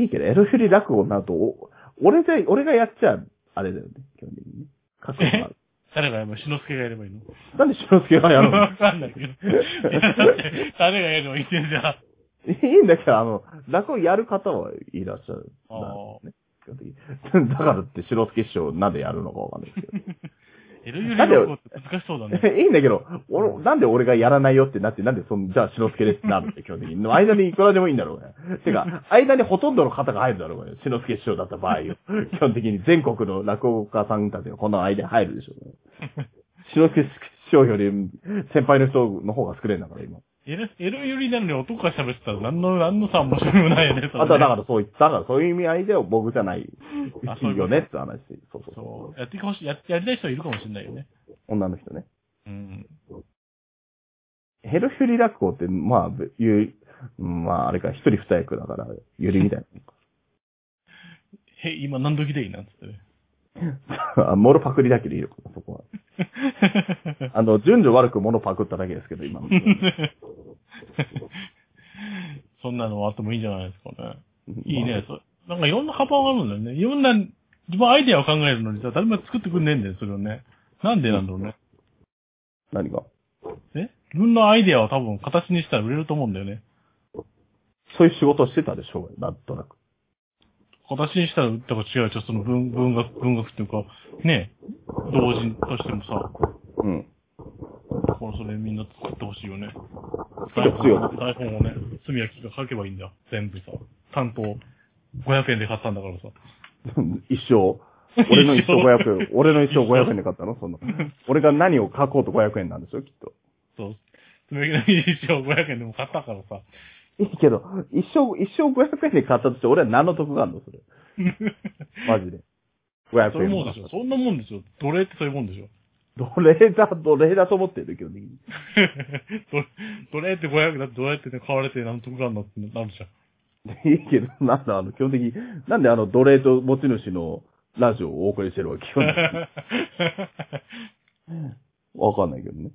S2: いいけど、エロゆり落語になると、お俺で、俺がやっちゃ、あれだよね、基本的にね。書くのがある。
S1: 誰がやれば、しのすけがやればいいの
S2: なんでしのすけが やるの
S1: わかんないけど。い や、だって、誰がやればいいってんじゃん。あ
S2: いいんだけど、あの、落語やる方はいらっしゃる。
S1: あ。
S2: 基本的にだからって、しのすけ師匠なんでやるのかわかんないですけど。
S1: エロユリ旅行って難しそ うだね。
S2: いいんだけど、俺、なんで俺がやらないよってなって、なんでその、じゃあ、しのすけですってなるんだよ、基本的 に。間にいくらでもいいんだろうね。てか、間にほとんどの方が入るだろうね。しのすけ師匠だった 場合よ。基本的に全国の落語家さんたちがこの間に入るでしょうね。しのすけ師匠より、先輩の人の方が少ないんだから、今。
S1: エロ、エロユリなのに男が喋ってたら何の、何のさ、面白みもないよ
S2: あ
S1: ね、それね
S2: とは、だからそういった、だからそういう意味合いで僕じゃない、
S1: あそう
S2: い
S1: いうこと
S2: いよねって話。そうそうそう。
S1: そう。やってほしい、や、やりたい人はいるかもしれないよね。
S2: 女の人ね。
S1: うん。
S2: ヘルフリ落語って、まあ、ゆ、まあ、あれか、一人二役だから、ゆりみたいな。
S1: へ、今何時でいいなんつってね。
S2: あモロパクリだけでいいのかな、そこは。あの、順序悪くモロパクっただけですけど、今の。
S1: そんなのあってもいいんじゃないですかね。いい
S2: まあ
S1: ね。。そうなんかいろんな幅があるんだよね。いろんな、自分アイデアを考えるのにさ、誰も作ってくんねえんだよ、それをね。なんでなんだろうね。
S2: 何が
S1: え自分のアイデアを多分形にしたら売れると思うんだよね。
S2: そういう仕事をしてたでしょうよ、なんとなく。
S1: 形にしたら、だから違うちょ、その文文学、文学っていうか、ね、同人としてもさ、
S2: うん。
S1: だからそれみんな作ってほしいよね。
S2: 作ってほしいよね
S1: 台本をね、炭焼きが書けばいいんだよ。全部さ。担当、500円で買ったんだからさ。
S2: 一生。俺の一生500円。俺の一生500円で買ったのその。俺が何を書こうと500円なんでしょ、きっと。
S1: そう。炭焼きの一生500円でも買ったからさ。
S2: いいけど、一生、一生500円で買ったとして、俺は何の得があるのそれ。マジで。
S1: そ
S2: 500
S1: ういう
S2: 円
S1: もんでしょ。そんなもんでしょ。奴隷ってそういうもんでしょ。
S2: 奴隷だ、奴隷だと思ってる、基本的に。
S1: 奴奴隷って500円だってどうやってね、買われてなんとかあんのってなるじゃん。
S2: いいけど、なんだ、あの、基本的に、なんであの、奴隷と持ち主のラジオをお送りしてるわけ基本的にわかんないけどね。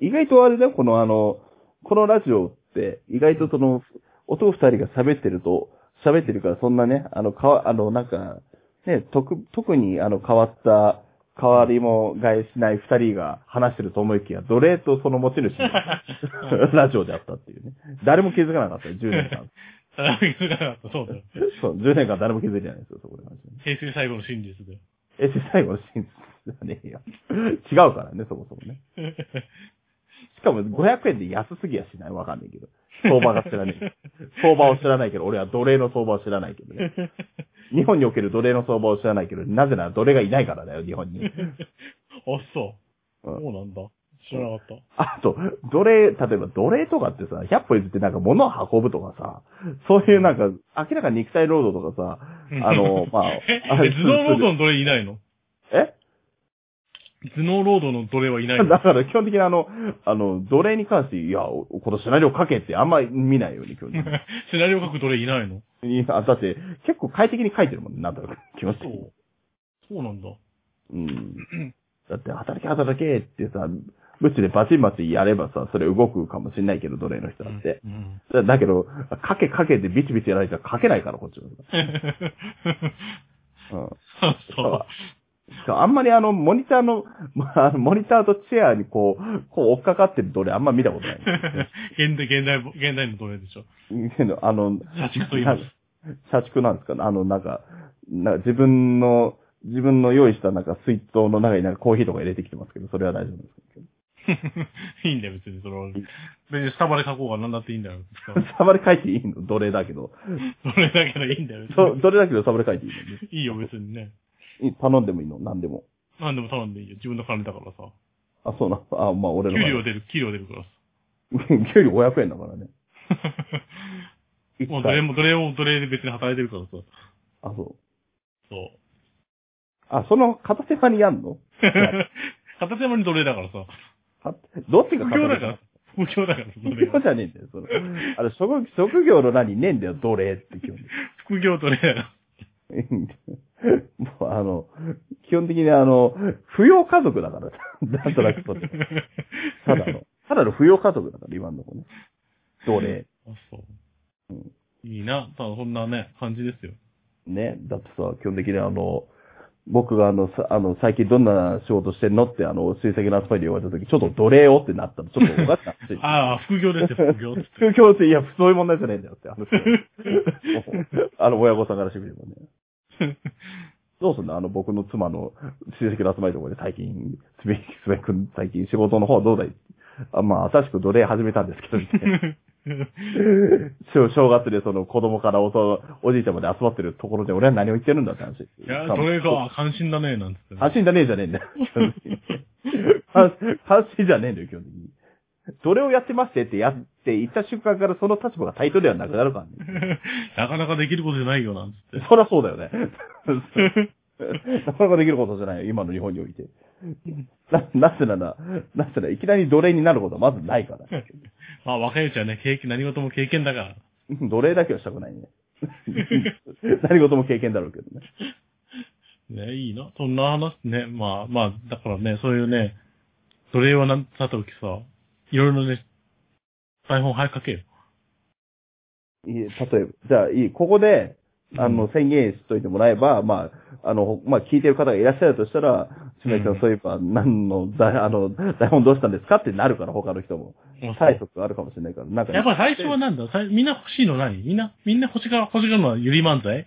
S2: 意外とあれだよ、このあの、このラジオって、意外とその、男二人が喋ってると、喋ってるからそんなね、あの、かわ、あの、なんか、ね、特、特にあの、変わった、変わりも替えしない二人が話してると思いきや、奴隷とその持ち主 のラジオであったっていうね。誰も気づかなかったよ、10年間。
S1: 田中君がなかったそうだよ。
S2: そう、10年間誰も気づいてないですよ、そこで話してね。
S1: 平成最後の真実 だよ。
S2: え、最後の真実じゃねえよ。違うからね、そもそもね。しかも500円で安すぎやしないわかんないけど。相場が知らない。相場を知らないけど、俺は奴隷の相場を知らないけどね。日本における奴隷の相場を知らないけど、なぜなら奴隷がいないからだよ、日本に。
S1: あ、そうう。
S2: ん
S1: そうなんだ。知らなかっ
S2: あと、奴隷、例えば奴隷とかってさ、100歩譲ってなんか物を運ぶとかさ、そういうなんか、明らかに肉体労働とか
S1: た。
S2: さ、あの、まあ、あ
S1: え、頭脳労働の奴隷いないの
S2: え
S1: 頭脳労働の奴隷はいないの
S2: だから基本的にあの、あの、奴隷に関して、いや、おこのシナリオ書けってあんまり見ないように、基本的に
S1: シナリオ書く奴隷いないの
S2: いや。だって、結構快適に書いてるもんね、なんとなく。気持ち
S1: そ
S2: 的に
S1: う。そうなんだ。
S2: うん。だって、働け働けってさ、無知でバチンバチンやればさ、それ動くかもしんないけど、奴隷の人だって。
S1: うん。
S2: だだけど、書け書けってビチビチやられたら書けないから、こっちは。うん。
S1: あそ
S2: そうそうあんまりあの、モニターの、まあ、あのモニターとチェアにこう、こう追っかかってる奴隷あんま見たことない。
S1: う。現代、現代、現代の奴隷でしょ。
S2: けどあの、
S1: 社畜と言います。
S2: 社畜なんですかねあの、なんか、なんか自分の、自分の用意したなんか水筒の中になんかコーヒーとか入れてきてますけど、それは大丈夫ですか
S1: いいんだよ、別に、それは。別にスタバで書こうが何だっていいん だよ。
S2: サバで書いていいの奴隷だけど。
S1: それだけどいいんだよ、別
S2: そ
S1: に。
S2: 奴隷だけどサバで書いていい
S1: いいよ、別にね。
S2: のいい頼んでもいいの何でも。
S1: 何でも頼んでいいよ。自分の金だからさ。
S2: あ、そうな。あ、まあ俺
S1: 給
S2: の
S1: 料出る、給料出るからさ。
S2: 場合。 給料500円だからね。一
S1: もうどれ
S2: 回。
S1: も、どれも、どれで別に働いてるからさ。
S2: あ、そう。
S1: そう。
S2: あ、その片手間にやんの
S1: 片手間に奴隷だからさ。
S2: はどっちが
S1: 不
S2: 片手間
S1: 況だから。不況だから、そ
S2: 副
S1: れ
S2: 業
S1: が
S2: じゃねえんだよ、その。あれ、職業職業の何ねえんだよ、奴隷って基本的に
S1: 副業奴隷だから。
S2: もうあの、基本的にあの、扶養家族だから、 なんとなくとって。ただの、ただの扶養家族だから、今のとこね。奴隷。
S1: あ、そう。いいな。ただ、そんなね、感じですよ。
S2: ね。だってさ、基本的にあの、僕があの、さあの、最近どんな仕事してんのって、あの、親戚の集まりで言われた時、ちょっと奴隷をってなったの、ちょっとおかしくなって。
S1: ああ、副業です よ、副業っつって。
S2: 副業って、いや、そういう問題じゃ ねえんだよって話。あの、親御さんからしてみればね。どうすんのあの、僕の妻の親戚の集まりとかで最近、つべ、つべくん、最近仕事の方どうだいあまあ、新しく奴隷始めたんですけ ど、みたいな正正月でその子供からおとおじいちゃんまで集まってるところで俺は何を言ってるんだって話。
S1: いやー、それ
S2: か。
S1: が関心だね、なんつってね。
S2: 安心じゃねえじゃねえんだよ。関関心じゃねえんだよ、基本的に。奴隷をやってましてってやって言った瞬間からその立場が対等ではなくなるからね。
S1: なかなかできることじゃないよ、なんつって。
S2: そりゃそうだよね。 なかなかできることじゃないよ、今の日本において。な、なぜなら、なぜなら、いきなり奴隷になることはまずないから。
S1: まあ、若いうちはね、経験、何事も経験だから。
S2: 奴隷だけはしたくない ね。 何事も経験だろうけどね。
S1: ね、いいな。そんな話ね。まあ、まあ、だからね、そういうね、奴隷はなんさときさ、いろいろね、台本早く書けよ。
S2: いい例えば、じゃあ、いい、ここで、あの、宣言しといてもらえば、まあ、あの、まあ、聞いてる方がいらっしゃるとしたら、しめさ
S1: うん
S2: ん、そういえば、何の、だあの、台本どうしたんですかってなるから、他の人も。
S1: もう
S2: 催促あるかもしれないから、なんか、
S1: やっぱ最初はなんださいみんな欲しいの何みんな、みんな欲しが、欲しがるのはゆり漫才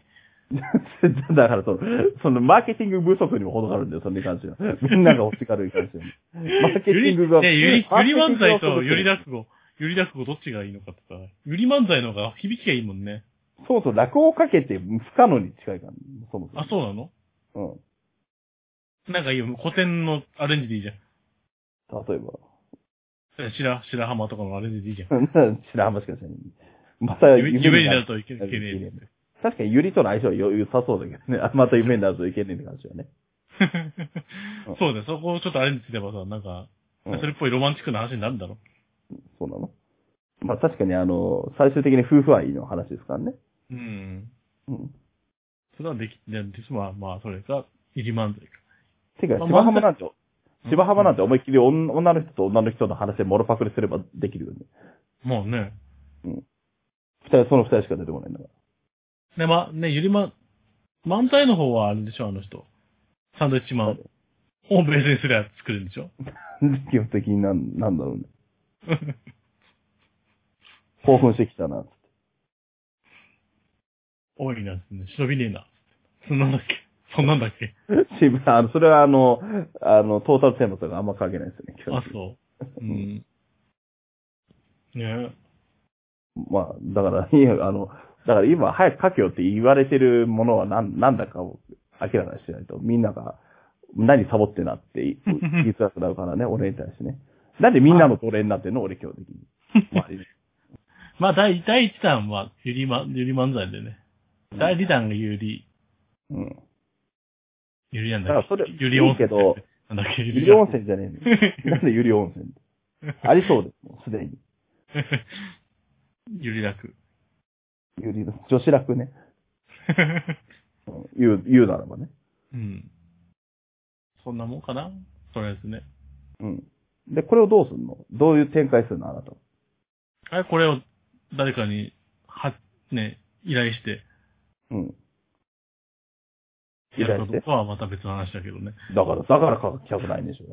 S2: だからその、そのマーケティング不足にも程があるんだよ、それに関しては。みんなが欲しがるに関しては。マーケテ
S1: ゆ
S2: ィン
S1: り、
S2: グが。
S1: ね、ゆり、ゆり漫才とゆり
S2: だ。
S1: 落語、ゆり落語どっちがいいのかってさ、ゆり漫才の方が響きがいいもんね。
S2: そうそう、落語をかけて不可能に近いから、そもそも。
S1: あ、そうなの
S2: う。
S1: なんかいいよ、古典のアレンジでいいじゃん。
S2: ん。例えば。
S1: 白、白浜とかのアレンジでいいじゃん。
S2: 白浜しかしない。また
S1: 夢夢になるといけ
S2: い
S1: いけねえって。
S2: 確かにゆりとの相性は良さそうだけどね。 あまた夢になるといけねえって感じはね。
S1: そうだよ、そこをちょっとアレンジすればさ、なんか、
S2: う
S1: そ
S2: ん
S1: れっぽいロマンチックな話になるんだろ。
S2: そうなの。まあ確かにあの、最終的に夫婦愛の話ですからね。
S1: うん。
S2: うん。
S1: それはでき、で、まあ、まあ、それが、入り漫才か。
S2: てか、
S1: まあ
S2: 芝浜なんて、
S1: 漫才
S2: 芝浜なんて思いっきり女女の人と女の人の話でモロパクリすればできるよね。
S1: もうね。
S2: 二人、その二人しか出てこないんだから。
S1: で、まあ、ね、ゆりま、漫才の方はあれでしょ、あの人。サンドイッチマン。をベースにすりゃ作るんでしょ
S2: 基本的になん、なんだろうね。 興奮してきたな。
S1: 多いな、ね、忍びねえな。そんなんだっけそんなんだっけ
S2: 芝あの、それはあの、あの、トータルテーマとかあんま関係ないですよね。基本
S1: あ
S2: 的、に
S1: そう。うん。ね
S2: まあ、だから、いや、あの、だから今早く書けよって言われてるものはなん、なんだかを明らかにしないと、みんなが、何サボってな ってい言いづらくなるからね、俺に対してね。なんでみんなの奴隷になってんの俺基本的に。まあ、
S1: まあ、第、第一弾は、ゆりま、ゆり漫才でね。第二弾がゆり、
S2: うん。
S1: ゆりなん
S2: だ
S1: だ
S2: か
S1: っ
S2: ら
S1: け
S2: それ、
S1: ゆり温泉
S2: いいけど、
S1: なんだっけゆ
S2: ゆり温
S1: 泉。
S2: 泉じゃねえの。なんでゆり温泉 ありそうです、もうすでに。
S1: ゆり楽。
S2: ゆりの、女子楽ね。うん言う、言うならばね。
S1: うん。そんなもんかなとりあえずね。
S2: うん。で、これをどうすんのどういう展開するのあなた。
S1: あれ、これを誰かに、は、ね、依頼して、
S2: うん。依
S1: や
S2: 頼
S1: る
S2: して
S1: かどうかはまた別の話だけどね。
S2: だから、だから書きたくないんでしょ。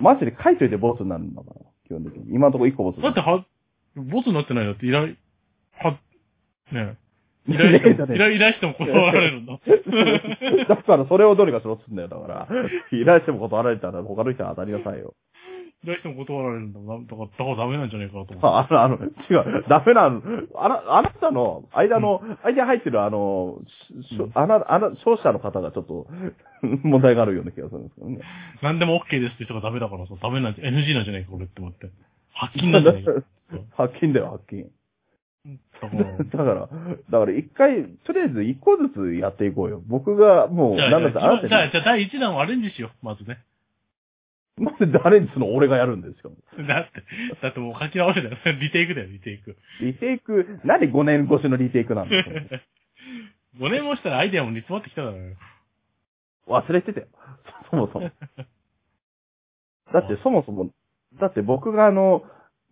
S2: マジで書いといてボツになるんだから、基本的に。今のところ一個ボツ
S1: だっては、ボツになってないだって依頼、は、 ね依
S2: 依頼
S1: 頼して
S2: じゃ
S1: も、
S2: ね
S1: 依
S2: え
S1: 頼依頼しても断られるんだ。
S2: だから、それをどうにかしろっつうんだよ、だから。依頼しても断られたら他の人は当たりなさいよ。
S1: 依頼しても断られるんだ。なんだから、だからダメなんじゃねえかなと思って。
S2: ああの、あの、違う、ダメなの。あな、あなたの、間の、間に入ってるあの、ししょ
S1: うん
S2: あな、あな、勝者の方がちょっと、問題があるような気がするんですけどね。
S1: 何でも OK ですって人がダメだからさ、ダメなんじゃ、NG なんじゃないか、俺って 思って。発禁なんじゃないか。
S2: 発禁だよ、発禁。
S1: だから
S2: だから、だから一回、とりあえず一個ずつやっていこうよ。僕がもう、
S1: じゃあ、
S2: なんだったらあなた
S1: じゃあ、じゃあ、第1弾をアレンジしよう、まずね。
S2: に、なんで誰にするの俺がやるんですか
S1: だって、だってもう書き直しだよ。リテイクだよ、リテイク。
S2: リテイク、なんで5年越しのリテイクなんだよ
S1: 5年もしたらアイデアも煮詰まってきただろうよ。
S2: 忘れてたよ。そもそも。だってそもそも、だって僕があの、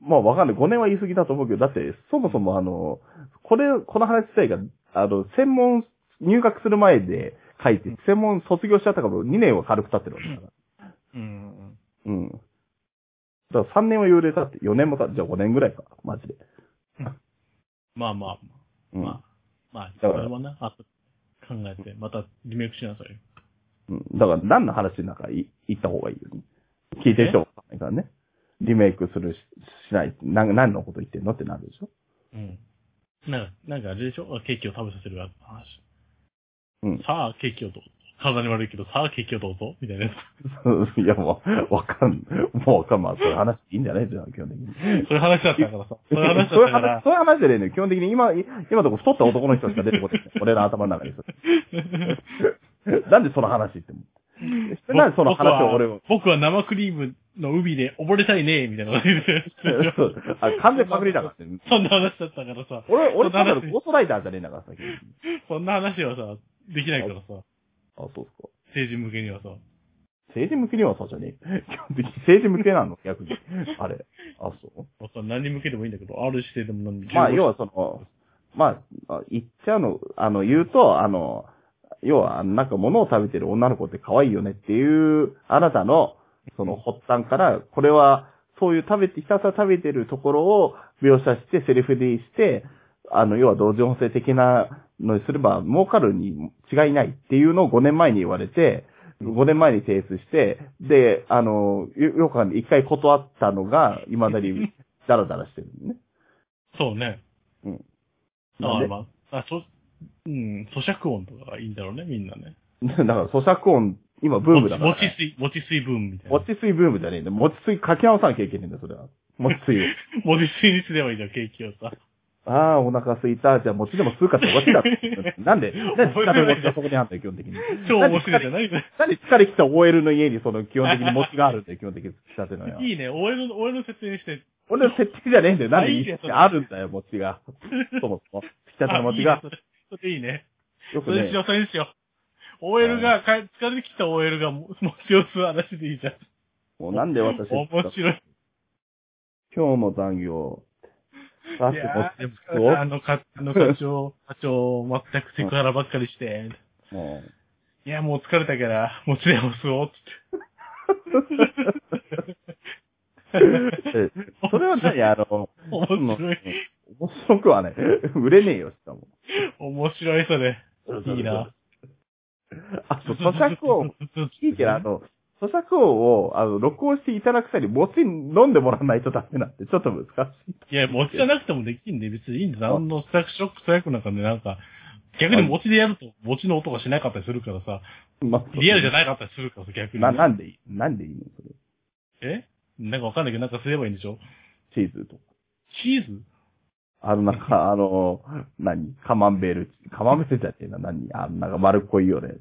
S2: まあわかんない。5年は言い過ぎだと思うけど、だってそもそもあの、これ、この話自体が、あの、専門、入学する前で書いて、専門卒業しちゃったから2年は軽く経ってるわけだから。
S1: うん。
S2: うん。だから3年は幽霊経って、4年も経って、じゃあ5年ぐらいか。マジで。
S1: まあまあ、
S2: うん。
S1: まあ、まあ、
S2: だ
S1: そ
S2: から
S1: れはね、あ考え て、またリメイクしなさいよ。
S2: うん。だから何の話なんかい行った方がいいよね。聞いてる人もわかんないからね。リメイクするし、しないって、なん何のこと言ってんのってなるでしょ
S1: うん。なんか、なんかあれでしょケーキを食べさせる話。
S2: うん
S1: さあ、ケーキをどうぞ。体に悪いけど、さあ、ケーキをどうぞ。みたい なやつ。
S2: いや、もう、わかん、もうわかん、まあ、そういう話いいんじゃないじゃん、基本的に。
S1: そういう話だったからさ。そういう話だ
S2: そうい
S1: っ
S2: う
S1: たか
S2: 話
S1: ら、
S2: そういう話じゃねえのよ。基本的に今、い今のとこ太った男の人しか出てこない。 俺の頭の中に。なんでその話って思って。なんでその話を俺を。
S1: 僕は僕は生クリームの海で溺れたいね、みたいなこと言って
S2: そうあ完全パクリだからね。
S1: そんな話だったからさ。
S2: 俺、
S1: そ
S2: 俺、
S1: んな
S2: ただ
S1: 話
S2: のゴーストライターじゃねえんだからさ。基本的に
S1: そんな話はさ、できないからさ。
S2: あ、そうっすか。
S1: 成人向けにはさ。
S2: 政治向けにはそうじゃねえ。 基本的に政治向けなの逆に。あれ。あ、そう
S1: わかん何に向けてもいいんだけど、ある姿勢でも何でも。
S2: まあ、要はその、まあ、あ言っちゃうの、あの、言うと、あの、要は、なんか物を食べてる女の子って可愛いよねっていう、あなたの、その発端から、これは、そういう食べて、ひたすら食べてるところを描写して、セリフでして、あの、要は同時音声的なのにすれば、儲かるに違いないっていうのを5年前に言われて、5年前に提出して、で、あの、よよくある一回断ったのが、未だにダラダラしてるのね。
S1: そうね。
S2: うん。
S1: だか
S2: なん
S1: ら
S2: で
S1: まあ、あ、そ、うん、咀嚼音とかがいいんだろうね、みんなね。
S2: だから咀嚼音、今ブームだから、
S1: 餅餅水、餅水ブームみたいな。
S2: 餅水ブームじゃねえんだよ。餅水かけ直さなきゃいけねえんだよ、それは。餅水を。
S1: 餅水にすればいいじゃん、ケーキをさ。
S2: ああ、お腹すいた。じゃあ餅でも吸うかって終わっちだ ろ。なんで、なんで
S1: 覚え
S2: 疲
S1: てない
S2: れ餅がそこにあんだよ、基本的に。
S1: 超面白いじゃない
S2: なんで疲れきた OL の家にその基本的に餅があるん だよ、基本的に仕立てのよ。
S1: いいね、俺の、俺の説明して。
S2: 俺の設定じゃねえんだよ。なんで
S1: いいねそれ
S2: あるんだよ、餅が。そもそも。仕立ての
S1: あい
S2: 餅
S1: いね
S2: が。
S1: それそれいいね。
S2: よく
S1: それ
S2: ね
S1: し。よう、それにしよう。OL が、か疲れてきた OL がも 餅を吸う話でいいじゃん。
S2: もうなんで私、
S1: 面
S2: 今
S1: 白い。
S2: 日の残業、さ
S1: い
S2: て
S1: や
S2: 餅でも
S1: ー
S2: 吸おう
S1: あの、か、あの課 長、課長、全くセクハラばっかりして、
S2: もう
S1: いや、もう疲れたから、もう連れを吸おう、 つって。
S2: えそれは何あの、
S1: 面白い。
S2: 面白くはね、 売れねえよ、しかも。
S1: 面白い、それ。いいな。
S2: あ と、咀嚼音、聞いてるあ
S1: な。
S2: の、咀嚼音を、あの、録音していただく際に、餅飲んでもらわないとダメなんて、ちょっと難しい。
S1: いや、持ちじゃなくてもできんで、別にいいんだ。何のスタックショック、スタックなんかね、なんか、逆に持ちでやると、持ちの音がしなかったりするからさ、
S2: まあ
S1: リアルじゃ
S2: ない
S1: なかったりするからさ、逆に。
S2: な、なんでいいなんでいいのそれ。
S1: えなんかわかんないけど、なんかすればいいんでしょ
S2: チーズとか。
S1: チーズ
S2: あの、なんか、あの、何カマンベール、カマンベールじゃねえな、何あの、なんか丸っこいようなや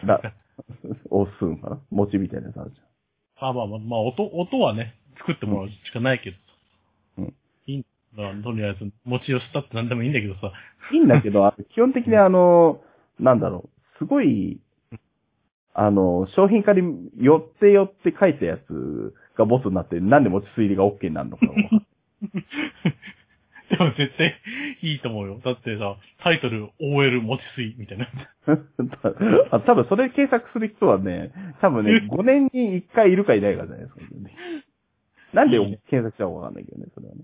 S2: つ。だ、 おすんかな餅みたいなやつあるじ
S1: まあまあまあ、まあ、音、音はね、作ってもらうしかないけどさ。
S2: うん。
S1: いいんだからとりあえず、餅を吸ったって何でもいいんだけどさ。
S2: ゃん。いいんだけど、あの基本的にあの、なんだろう、すごい、あの、商品化に寄って寄って書いたやつがボスになって、なんで餅推理が OK になる のかわかんない
S1: でも絶対いいと思うよ。だってさ、タイトル OL 餅水みたいな。
S2: あ多分それ検索する人はね、多分ね、5年に1回いるかいないかじゃないですか、ね。なんで検索したかわかんないけどね、それはね。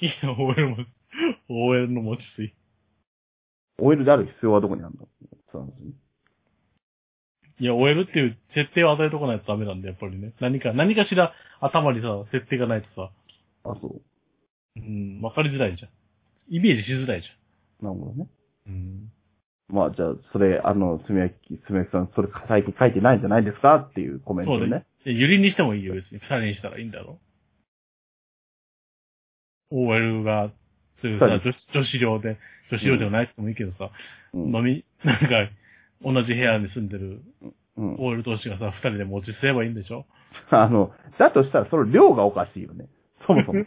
S1: いいよ、OL も、OL の餅水。
S2: OL である必要はどこにあるんだそうなんですね。
S1: いや、OL っていう設定を与えとかないとダメなんだ、やっぱりね。何か、何かしら頭にさ、設定がないとさ、
S2: あ、そ
S1: うん、わかりづらいじゃん。イメージしづらいじ
S2: う。なるほどね。
S1: ゃん。うん。
S2: まあ、じゃあ、それ、あの、つみやき、つみやきさん、それ最近書いてないんじゃないですかっていうコメント
S1: そ
S2: を
S1: うだ
S2: ね
S1: ね。。いやゆりにしてもいいよ、別に。二人にしたらいいんだろ。OL が、そういうさ、
S2: そう
S1: 女子女子寮で、女子寮でもない人もいいけどさ、
S2: うん
S1: 飲み、なんか、同じ部屋に住んでる
S2: うん。
S1: OL 同士がさ、二人で持ちすればいいんでしょ
S2: あの、だとしたら、その量がおかしいよね。そもそもね。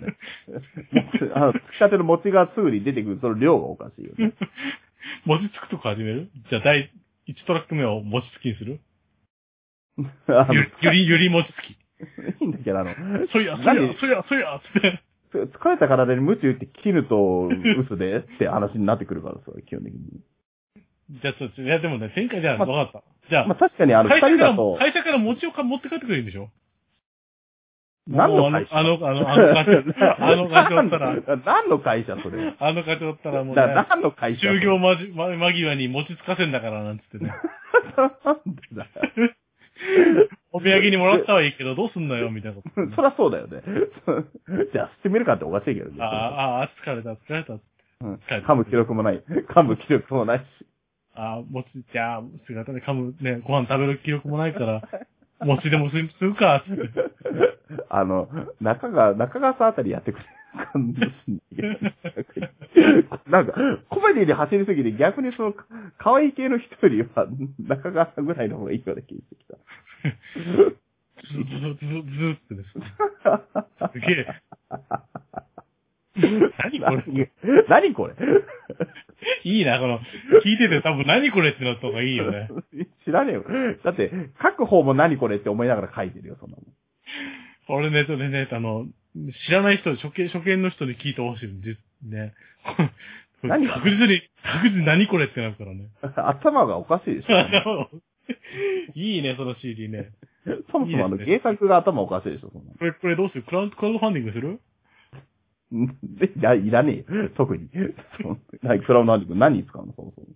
S2: あの、つきたての餅がすぐに出てくる、その量がおかしいよね。
S1: 持ちつくとこ始めるじゃあ、第1トラック目を持ちつきにする
S2: あの
S1: ゆ、ゆり、ゆり持ちつき。
S2: いいんだけど、あの、
S1: そりゃ、そ
S2: なん
S1: りゃ
S2: で、
S1: そりゃ、そりゃ、つって。
S2: つ疲れた体に無知打って切ると嘘でって話になってくるからさ、基本的に。
S1: じゃあ、そうですいや、でもね、前回じゃあ、
S2: ま
S1: わかった。じゃ
S2: まあ
S1: あ、
S2: 確かにあの、二
S1: 会社
S2: 人
S1: か
S2: だ
S1: ら、
S2: と、
S1: 会社から餅をか持って帰ってくれるんでしょ
S2: 何の
S1: もう
S2: 会社
S1: あの、あの、あの、あの会社、あの会社だったら、
S2: 何の会社それ。
S1: あの会社だったらもう、ね、
S2: だ何の会社
S1: 終業まじ、ま、間際に餅つかせんだから、なんつってね。
S2: なんでだよ
S1: お土産にもらったはいいけど、どうすんのよ、みたいなこと。
S2: そりゃそうだよね。じゃあ、してみるかっておかしいけどね。
S1: ああ、ああ、疲れた、疲れた。
S2: うん
S1: 疲れた
S2: 噛む気力もない。 噛む気力もないし。
S1: ああ、餅、じゃあ、姿で噛む、ね、ご飯食べる気力もないから、餅でもすするか、つって。
S2: あの、中川、中川さんあたりやってくれる感じ なんか、コメディで走りすぎて逆にその、可愛い系の人よりは、中川さんぐらいの方がいいような気がしてきた。
S1: ずずずずってです。すげえ。何これ
S2: 何これ
S1: いいな、この、聞いてて多分何これってなった方がいいよね。
S2: 知らねえよ。だって、書く方も何これって思いながら書いてるよ、そんなもん。
S1: 俺ね、それね、あの、知らない人、初見、初見の人に聞いてほしいんですね。これ
S2: 何
S1: 確実に、確実に何これってなるか らね。
S2: 頭がおかしいでしょ。
S1: いいね、その CD ね。
S2: そもそもあの、
S1: いいですね
S2: 原作が頭おかしいでしょ、そんな
S1: これ、これどうするクラウド、クラウドファンディングする
S2: ので いや、いらねえよ、特に。 はい、クラウドアンディ君何に使うの、そもそも。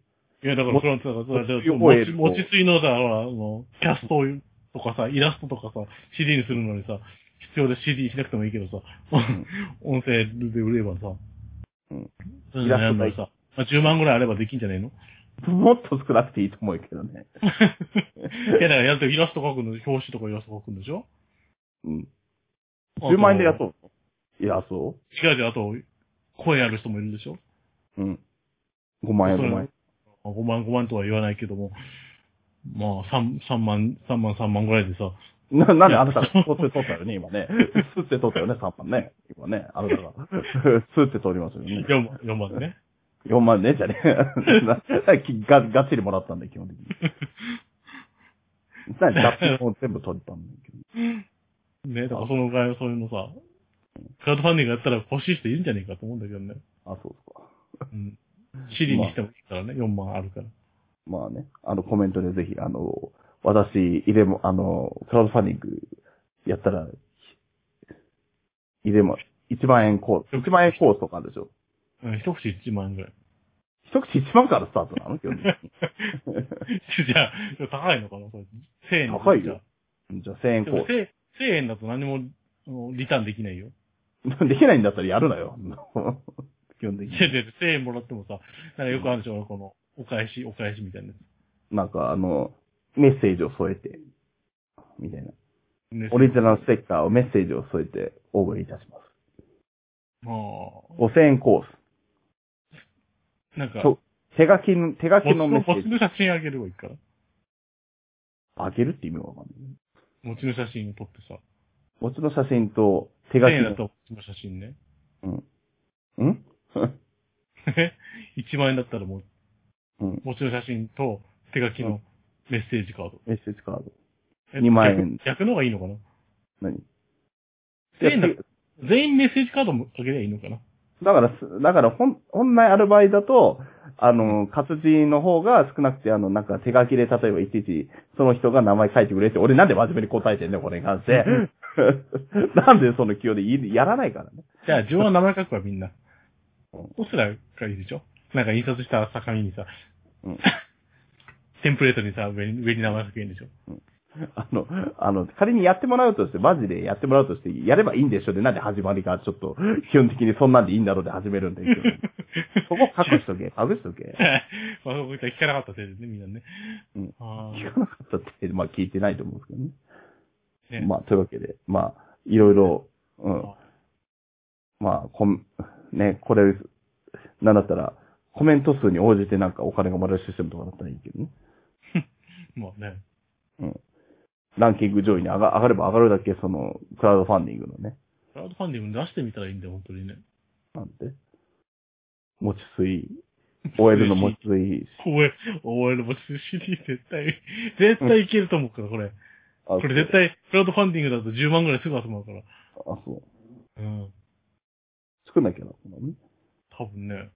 S1: いや、だから、
S2: も
S1: クラウド、だか
S2: も
S1: ら、だ
S2: ち
S1: から、
S2: もえ
S1: も
S2: る
S1: ち、もちついのさ、ほらあの、キャストとかさ、イラストとかさ、CD にするのにさ、必要で CD しなくてもいいけどさ、音声で売ればさ、
S2: うん。
S1: そうい
S2: イ
S1: うの
S2: ラ
S1: や
S2: スト
S1: るの
S2: だ
S1: にさ、まあ、10万ぐらいあればできんじゃねえの
S2: もっと少なくていいと思うけどね。
S1: いや、だから、やるとイラスト描くの、表紙とかイラスト描くんでしょ
S2: うん。10万円で
S1: あと
S2: 雇うのいや、そ
S1: 違う違う、あと、声ある人もいるでしょ
S2: ううん。5万円、
S1: そ
S2: 5
S1: れ
S2: 万円。
S1: まあ5万5万とは言わないけども、まあ、3、三万、3万3万ぐらいでさ、
S2: な、なんであなたがスって取ったよね、今ね。スって取ったよね、3万ね。今ね、あなたが。スって取りますよね。
S1: 4万、4万ね。
S2: 4万ね、じゃねえ。 なが、がっちりもらったんだよ、基 本的に。なに、脱皮も全部取ったんだけど。
S1: ね、だからそのぐらいそういうのさ、クラウドファンディングやったら欲しい人いるんじゃねえかと思うんだけどね。
S2: あ、そうですか。
S1: うん。シリにしてもいいからね、4万あるから。
S2: まあね、あのコメントでぜひ、あの、私、入れも、あの、クラウドファンディングやったら、入れも、1万円コース、1万円コースとかあるでしょ。
S1: うん、一口1万ぐ らい。
S2: 一口1万からスタートなの基本的に。
S1: じゃあ、高いのかなそれ。1000円だと
S2: 高いよ。 じゃあ1000円
S1: じ
S2: コ
S1: ゃあでも
S2: ー
S1: 1000, 1000円だと何もあのリターンできないよ。
S2: ス。できないんだったらやるなよ。 基本的
S1: い
S2: に。
S1: やいや1000円もらってもさ、なんかよくあるでしょ、この、お返し、お返しみたいなやつ。
S2: なんか、あの、メッセージを添えて、みたいな。
S1: ね
S2: オリジナルステッカーをメッセージを添えて応募いたします。
S1: まあ、
S2: 5000円コース。
S1: なんか、
S2: そう手書きの、手書き
S1: 餅
S2: の
S1: の
S2: メッセー
S1: 餅
S2: ジ。
S1: の写真あげればいいから。
S2: あげるって意味わかんない。
S1: 餅の写真を撮ってさ。
S2: もちの写真と手書
S1: 1000
S2: き
S1: 円だ
S2: の。
S1: と餅の写真ね。
S2: うん。
S1: 1万円だったらもう、
S2: うん。
S1: 餅の写真と手書きのメッセージカード。
S2: メッセージカード。
S1: え
S2: 2万円
S1: 逆逆の方がいいのかな
S2: 何
S1: 1000円だ
S2: いや
S1: 全員メッセージカードもあげればいいのかな
S2: だからす、だから、本、本来ある場合だと、あの、活字の方が少なくて、あの、なんか手書きで、例えばいちいち、その人が名前書いてくれって、俺なんで真面目に答えてんねこれに関して。なんでその気をでいやらないからね。
S1: じゃあ、上は名前書くわ、みんな。
S2: うん
S1: オスラがいいでしょなんか印刷したさ紙にさ、
S2: うん
S1: テンプレートにさ、上に上に名前書けるんでしょ
S2: あの、あの、仮にやってもらうとして、マジでやってもらうとして、やればいいんでしょで、なんで始まりが、ちょっと、基本的にそんなんでいいんだろうで始めるんだけど。 そこ隠しとけ、隠しとけ。
S1: まあ、そういった聞かなかったせいでね、みんなね。
S2: うん
S1: あ
S2: 聞かなかったって、まあ聞いてないと思うんですけどね。
S1: あ、ね。
S2: まあ、というわけで、まあ、いろいろ、うん
S1: あ。
S2: まあ、こん、ね、これ、なんだったら、コメント数に応じてなんかお金がもらえるシステムとかだったらいいけどね。
S1: まあね。
S2: ランキング上位に上が上がれば上がるだけ、その、クラウドファンディングのね、
S1: クラウドファンディング出してみたらいいんだよ、本当にね。
S2: なんて、持ち水、OL の持ち水、
S1: OL、OL も CD 絶対、絶対いけると思うから、これ。
S2: あ、
S1: これ絶対、クラウドファンディングだと10万ぐらいすぐ集まるから。
S2: そうあ、そう。
S1: うん。
S2: 作んなきゃな、このね。
S1: 多分ね。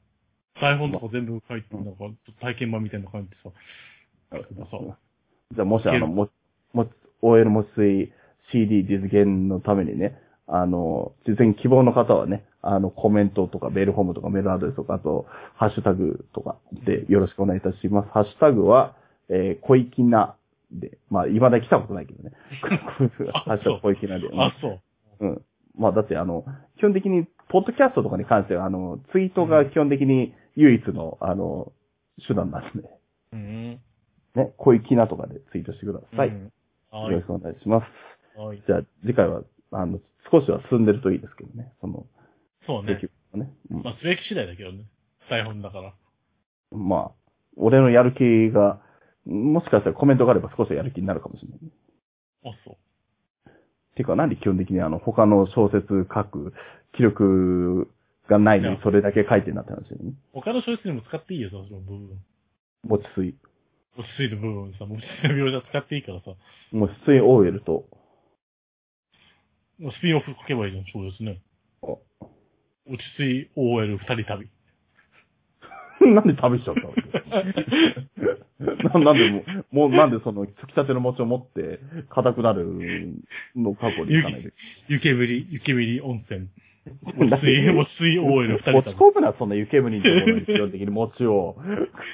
S1: 台本とか全部書いて、なんか、体験版みたいな感じでさ。そう
S2: じゃあ、もしあ
S1: いけ
S2: の、
S1: る
S2: も、も、OL 持ち水 CD 実現のためにね、あの、実現希望の方はね、あの、コメントとか、メールフォームとか、メールアドレスとか、あと、ハッシュタグとかでよろしくお願いいたします。ハッシュタグは、えー、小粋なで、まあ、未だ来たことないけど ね。 ハッシュタグ小粋なで。
S1: あ、そう。
S2: うん。まあ、だって、あの、基本的に、ポッドキャストとかに関しては、あの、ツイートが基本的に唯一の、あの、手段なんで、
S1: うん。
S2: ね、小粋なとかでツイートしてください。
S1: う
S2: よ
S1: ん。は
S2: ろしくお願いします。
S1: い。はい。
S2: じゃあ、次回は、あの、少しは進んでるといいですけどね、その、
S1: そうね
S2: 出来。事ね。うん
S1: まあ、すべき次第だけどね。台本だから。
S2: まあ、俺のやる気が、もしかしたらコメントがあれば少しはやる気になるかもしれない。
S1: あ、そう。
S2: てか、なんで基本的にあの、他の小説書く気力がないの
S1: い
S2: に
S1: や
S2: それだけ書いてるなって話だよね。
S1: 他の小説にも使っていいよ、その部分。
S2: 持ち水。
S1: 落ち着いた部分さ、もう落ち着いた描写使っていいからさ。
S2: もう水オーエルと、
S1: もうスピンオフ書けばいいじゃん、そうですね。
S2: あ
S1: 落ち着い OL 二人 旅。
S2: なんで旅しちゃったのななんでもう、もうなんでその、突き立ての餅を持って、硬くなるの過去でいかないで。
S1: 湯煙、湯煙温泉。
S2: もう
S1: 落ち着い、落ち着い OL 二人
S2: 落ち
S1: 旅。
S2: 込むな、そんな湯煙のところに基本的に餅を。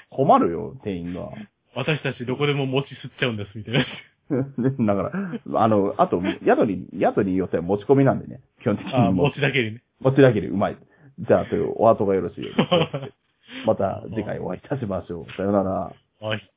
S2: 困るよ、店員が。
S1: 私たちどこでも餅吸っちゃうんです、みたいな。
S2: だから、あの、あと、宿に、宿によっては持ち込みなんでね。基本的に
S1: あー、
S2: も
S1: 餅だけでね。
S2: う持ちだけでうまい。じゃあ、というお後がよろしいようで。また次回お会いいたしましょう。さよなら。
S1: はい。